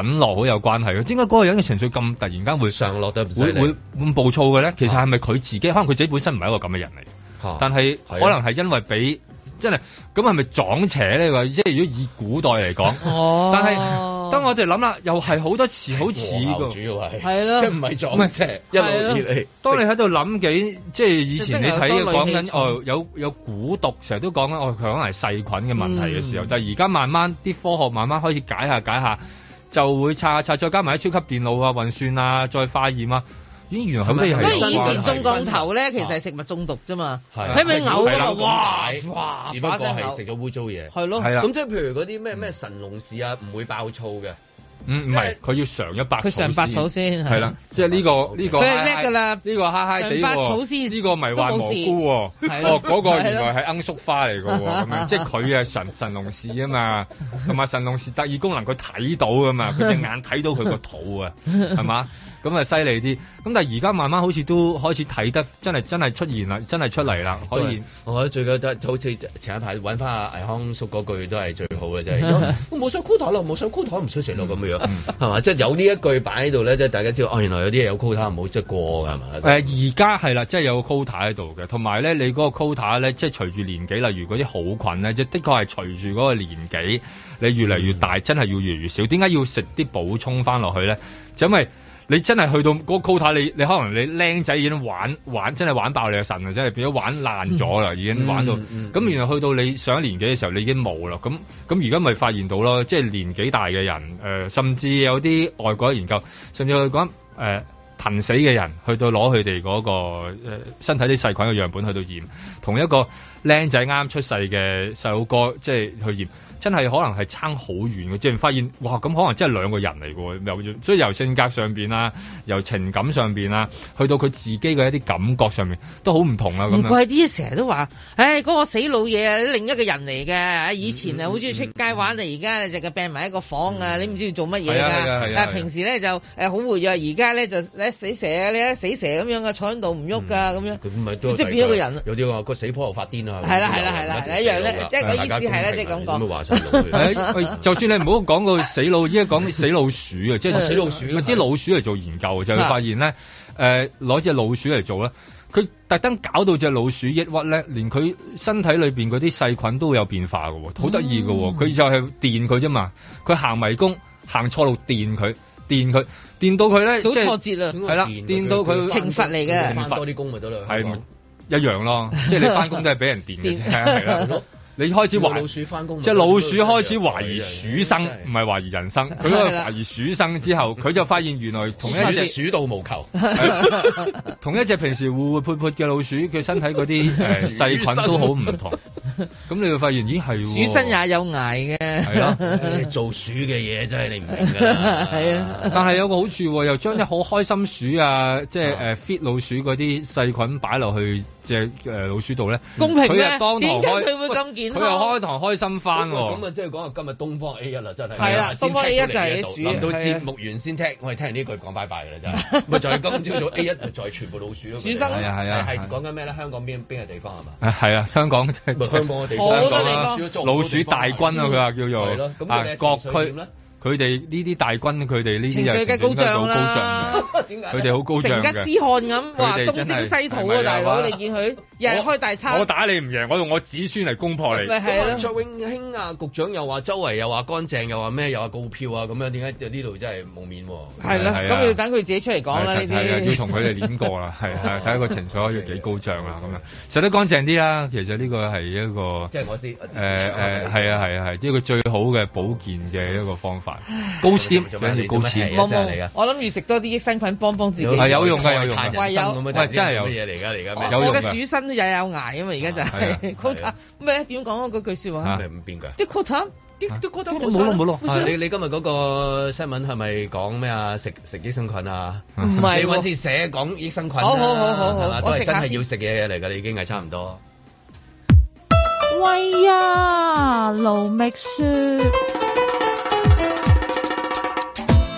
菌落好有關係嘅。點解嗰個人嘅情緒咁突然間會上落得會會咁暴躁嘅咧？其實係咪佢自己？可能佢自己本身唔係一個咁嘅人嚟。啊但係可能係因為俾真係咁係咪撞邪咧？話即係如果以古代嚟講，哦但係當我哋諗啦，又係好多詞好似和牛㗎，主要係係咯即係唔係撞邪一路以嚟。當你喺度諗幾，即係以前你睇即係有多講類氣緊重哦，有有蠱毒，成日都講緊哦，佢可能係細菌嘅問題嘅嗯時候，但係而家慢慢啲科學慢慢開始解下解下，就會拆下拆，再加埋啲超級電腦啊、運算啊、再化驗啊，咦，原來好多嘢係所以有以關前係中降頭咧，其實係食物中毒啫嘛，啊係佢咪嘔啊㗎嘛，哇係哇，只不過花生係嘔食咗污糟嘢，係咯係啦咁即係譬如嗰啲嗯咩咩神龍氏啊，唔會爆粗嘅，嗯，唔係，佢要嘗一百佢嘗百草先係啦，即係呢個呢個佢係叻㗎啦，呢個嗨嗨地上百草喎，呢個咪話蘑菇喎，都冇事係咯哦嗰個原來係罌粟花嚟 㗎喎，咁樣即係佢啊神神龍氏啊嘛，同埋神龍氏特異功能佢睇到㗎 嘛，佢隻眼睇到佢個肚啊，係嘛？咁啊犀利啲，咁但係而家慢慢好似都開始睇得真係真係出現啦，真係出嚟啦，可都係以。我覺得最緊得就好似前一排揾翻阿倪康叔嗰句都係最好嘅，就 係我冇上 quota 啦，我冇上 quota 唔出成咯咁樣，嗯係嘛？即係有呢一句擺喺度咧，即係大家知道哦，原來有啲嘢有 quota 唔好即係過㗎係嘛？啊誒呃而家係啦，即係有個 quota 喺度嘅，同埋咧你嗰個 quota 咧，即係隨住年紀，例如嗰啲好菌咧，即係的確係隨住嗰個年紀，你越嚟越大，真係要越嚟越少。點解要食啲補充翻落去咧？就因為你真係去到嗰個 quota，你你可能你僆仔已經玩玩，真係玩爆你個腎啊！真係變咗玩爛咗啦，已經玩到咁，嗯嗯然後去到你上一年紀嘅時候，你已經冇啦。咁咁而家咪發現到咯，即係年紀大嘅人，誒、甚至有啲外國研究，甚至佢講誒。呃瀕死嘅人去到攞佢哋嗰個、呃、身體啲細菌嘅樣本去到驗，同一個僆仔啱出世嘅細佬哥，即係去驗，真係可能係差好遠嘅，即係發現哇咁可能真係兩個人嚟嘅喎，由所以由性格上邊啊，由情感上邊啊，去到佢自己嘅一啲感覺上面都好唔同啊啦咁唔樣。怪啲成日都話，唉，嗰、個死老嘢啊，另一個人嚟嗯嘅。以前啊，好中意出街玩啊，而家就嘅病埋一個房啊，你唔知要做乜嘢嗯係啊係啊係㗎。啊係啊平時咧就誒好活躍，而家咧就咧死蛇啊，你咧死蛇咁樣啊，坐喺度唔喐嗯㗎咁樣。佢唔係都有即係變咗個人有啲話個死婆又發癲啊，係啦係啦係啦係啦一樣咧即係個意思係咧即係咁講咁咪話晒 係啊喂就算你唔好講個死老，依家講死老鼠啊，即係嗯哦死老鼠咪啲老鼠嚟做研究，就會啊發現咧，誒攞只老鼠嚟做咧，佢特登搞到只老鼠抑鬱咧，連佢身體裏邊嗰啲細菌都會有變化嘅喎，好得意嘅嗯喎，佢就係電佢啫嘛，佢行迷宮行錯路電佢。電佢，電到佢咧，佢好即係挫折啊係啦，電到佢懲罰嚟嘅懲罰返多啲工咪得啦。係咪一樣咯，即係你翻工都係俾人電 嘅啫，係啦。你開始懷老鼠返工咪即係老鼠開始懷疑鼠生，唔係懷疑人 生。佢開始懷疑鼠生之後，佢就發現原來同一隻鼠鼠到無求， 同一隻平時活活潑潑嘅老鼠，佢身體嗰啲 誒細菌都好唔同。咁你會發現，咦係喎鼠身也有涯嘅。係 咯唉做鼠嘅嘢真係你唔明㗎啦。係啊。但係有個好處喎，又將啲好開心鼠啊，即係誒 fit 老鼠嗰啲細菌擺落去隻誒老鼠度咧，公平佢咩又當堂點解開佢會咁健康佢又開堂開心翻喎。咁啊，即係講下今日東方 A 一啦，真係啊係啦先東方 A 一 check 到嚟呢就係度鼠臨到係啊節目完先聽，我哋聽完呢句講拜拜㗎啦，真係。咪就係今朝早 A 一咪就係全部老鼠咯。啊 鼠生係啊係啊係係講緊咩咧？香港邊邊個地方係嘛？啊，係啊，香港即係香港嘅地方香港好啦多地方老鼠大軍啊，佢話叫係咯咁佢哋嘅做啊各情緒點區咧，佢哋呢啲大軍，佢哋呢啲情緒人梗係高漲高漲啦嘅。， 佢哋好高漲成嘅吉思汗咁，哇，佢哋東真係征西討係咪啊，啊大佬，哇你見佢日日開大餐我。打你唔贏，我用我子孫嚟攻破你。咪係咯卓永興啊，局長又話周圍又話乾淨，又話咩，又話告票啊，咁樣點解就呢度真係冇面喎？係啦，係啊咁要等佢自己出嚟 講啦呢係 係係啲。要同佢哋練過 啦，係係睇下個情緒可以幾高漲啦咁樣，洗得乾淨啲啦。其實呢個係一 個即係我先呃誒誒係啊係啊係，即係佢最好嘅保健嘅一個方法。高纖做最咩緊要高啊纖，冇冇，我諗住食多啲益生菌幫幫自己。係有用㗎有用㗎，喂有。喂喂真係乜有嘢嚟㗎？嚟㗎咩？有我用嘅㗎鼠身都有有涯啊嘛，而家就 係啊係係啊 quota 咩點講啊嗰句説話？咩唔邊㗎？啲 quota 啲啲 quota 冇冇咯冇咯冇啊你你今日嗰個新聞係咪講咩啊？食食益生菌啊？唔係喎你揾次寫講益生菌啦好好好好好係嘛都我係食真下係先要食嘅嘢嚟㗎，你已經係差唔多。喂呀，盧覓雪。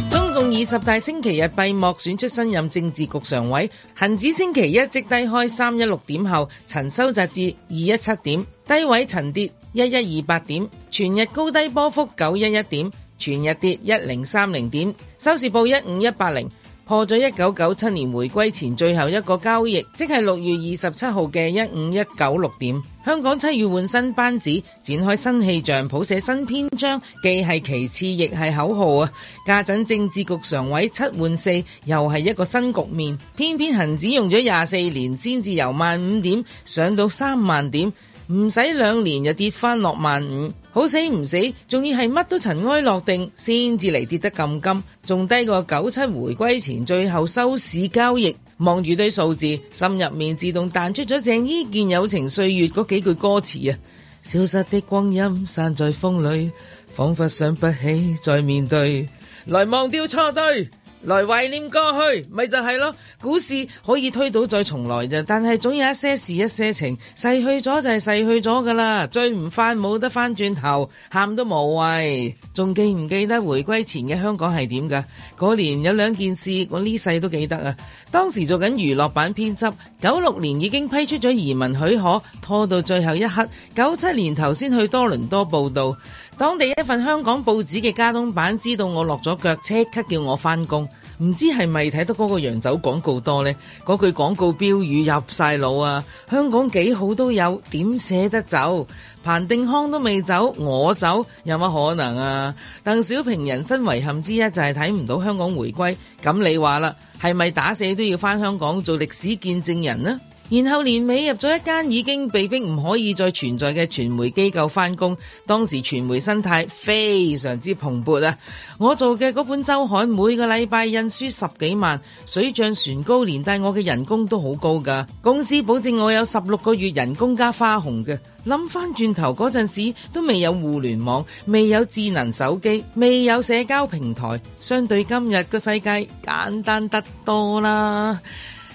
中共二十大星期日閉幕，選出新任政治局常委。恒指星期一即低開三一六點後，曾收窄至二一七點，低位曾跌一一二八點，全日高低波幅九一一點，全日跌一零三零點，收市報一五一八零。破咗一九九七年回歸前最後一個交易，即係六月二十七號嘅一五一九六點。香港七月換新班子，展開新氣象，譜寫新篇章，既係其次，亦係口號啊！家陣政治局常委七換四，又係一個新局面。偏偏恒指用咗廿四年，先至由萬五點上到三萬點。唔使兩年就跌翻落萬五，好死唔死，仲要係乜都塵埃落定，先至嚟跌得咁金，仲低過九七回歸前最後收市交易。望住堆數字，心入面自動彈出咗鄭伊健友情歲月嗰幾句歌詞啊！消失的光陰散在風裏，彷彿想不起再面對。來忘掉錯對，來懷念過去，咪就係咯。股市可以推倒再重來啫，但係總有一些事、一些情，逝去咗就係逝去咗噶啦，追唔翻冇得翻轉頭，喊都無謂。仲記唔記得回歸前嘅香港係點㗎？嗰年有兩件事，我呢世都記得啊。當時做緊娛樂版編輯，九六年已經批出咗移民許可，拖到最後一刻，九七年頭先去多倫多報道。當地一份香港報紙嘅加東版知道我落咗腳，即刻叫我返工。唔知係咪睇得嗰個洋酒廣告多呢？嗰句廣告標語入晒腦啊！香港幾好都有，點捨得走？彭定康都未走，我走有乜可能啊？鄧小平人生遺憾之一就係睇唔到香港回歸。咁你話啦，係咪打死都要返香港做歷史見證人呢？然後年尾入咗一間已經被逼唔可以再存在嘅傳媒機構返工，當時傳媒生態非常之蓬勃啊！我做嘅嗰本周刊每個禮拜印書十幾萬，水漲船高，連帶我嘅人工都好高㗎。公司保證我有十六個月人工加花紅嘅。諗翻轉頭嗰陣時，都未有互聯網，未有智能手機，未有社交平台，相對今日個世界簡單得多啦。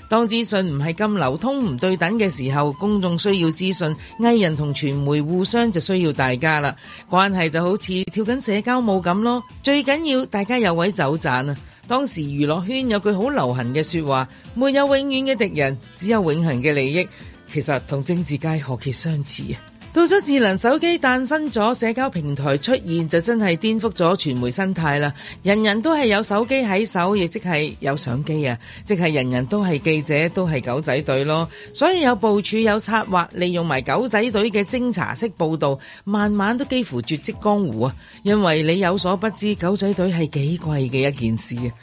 當資訊唔係咁流通、唔對等嘅時候，公眾需要資訊，藝人同傳媒互相就需要大家啦。關係就好似跳緊社交舞咁咯，最緊要大家有位走盞啊！當時娛樂圈有句好流行嘅説話：沒有永遠嘅敵人，只有永恆嘅利益。其實同政治界何其相似啊！到咗智能手機誕生咗，社交平台出現就真係顛覆咗傳媒生態啦。人人都係有手機喺手，亦即係有相機啊，即係人人都係記者，都係狗仔隊咯。所以有部署、有策劃，利用埋狗仔隊嘅偵查式報導，慢慢都幾乎絕跡江湖啊。因為你有所不知，狗仔隊係幾貴嘅一件事啊。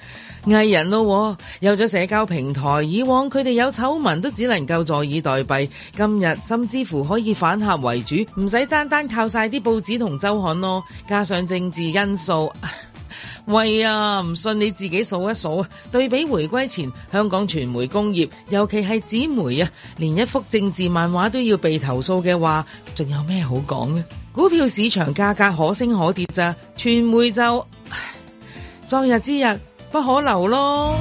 藝人咯，有咗社交平台，以往佢哋有醜聞都只能夠坐以待斃，今日甚至乎可以反客為主，唔使單單靠晒啲報紙同周刊咯，加上政治因素。 喂啊！唔信你自己數一數啊！對比回歸前，香港傳媒工業，尤其係紙媒啊，連一幅政治漫畫都要被投訴嘅話，仲有咩好講呢？股票市場價格可升可跌咋，傳媒就，唉，昨日之日不可留咯。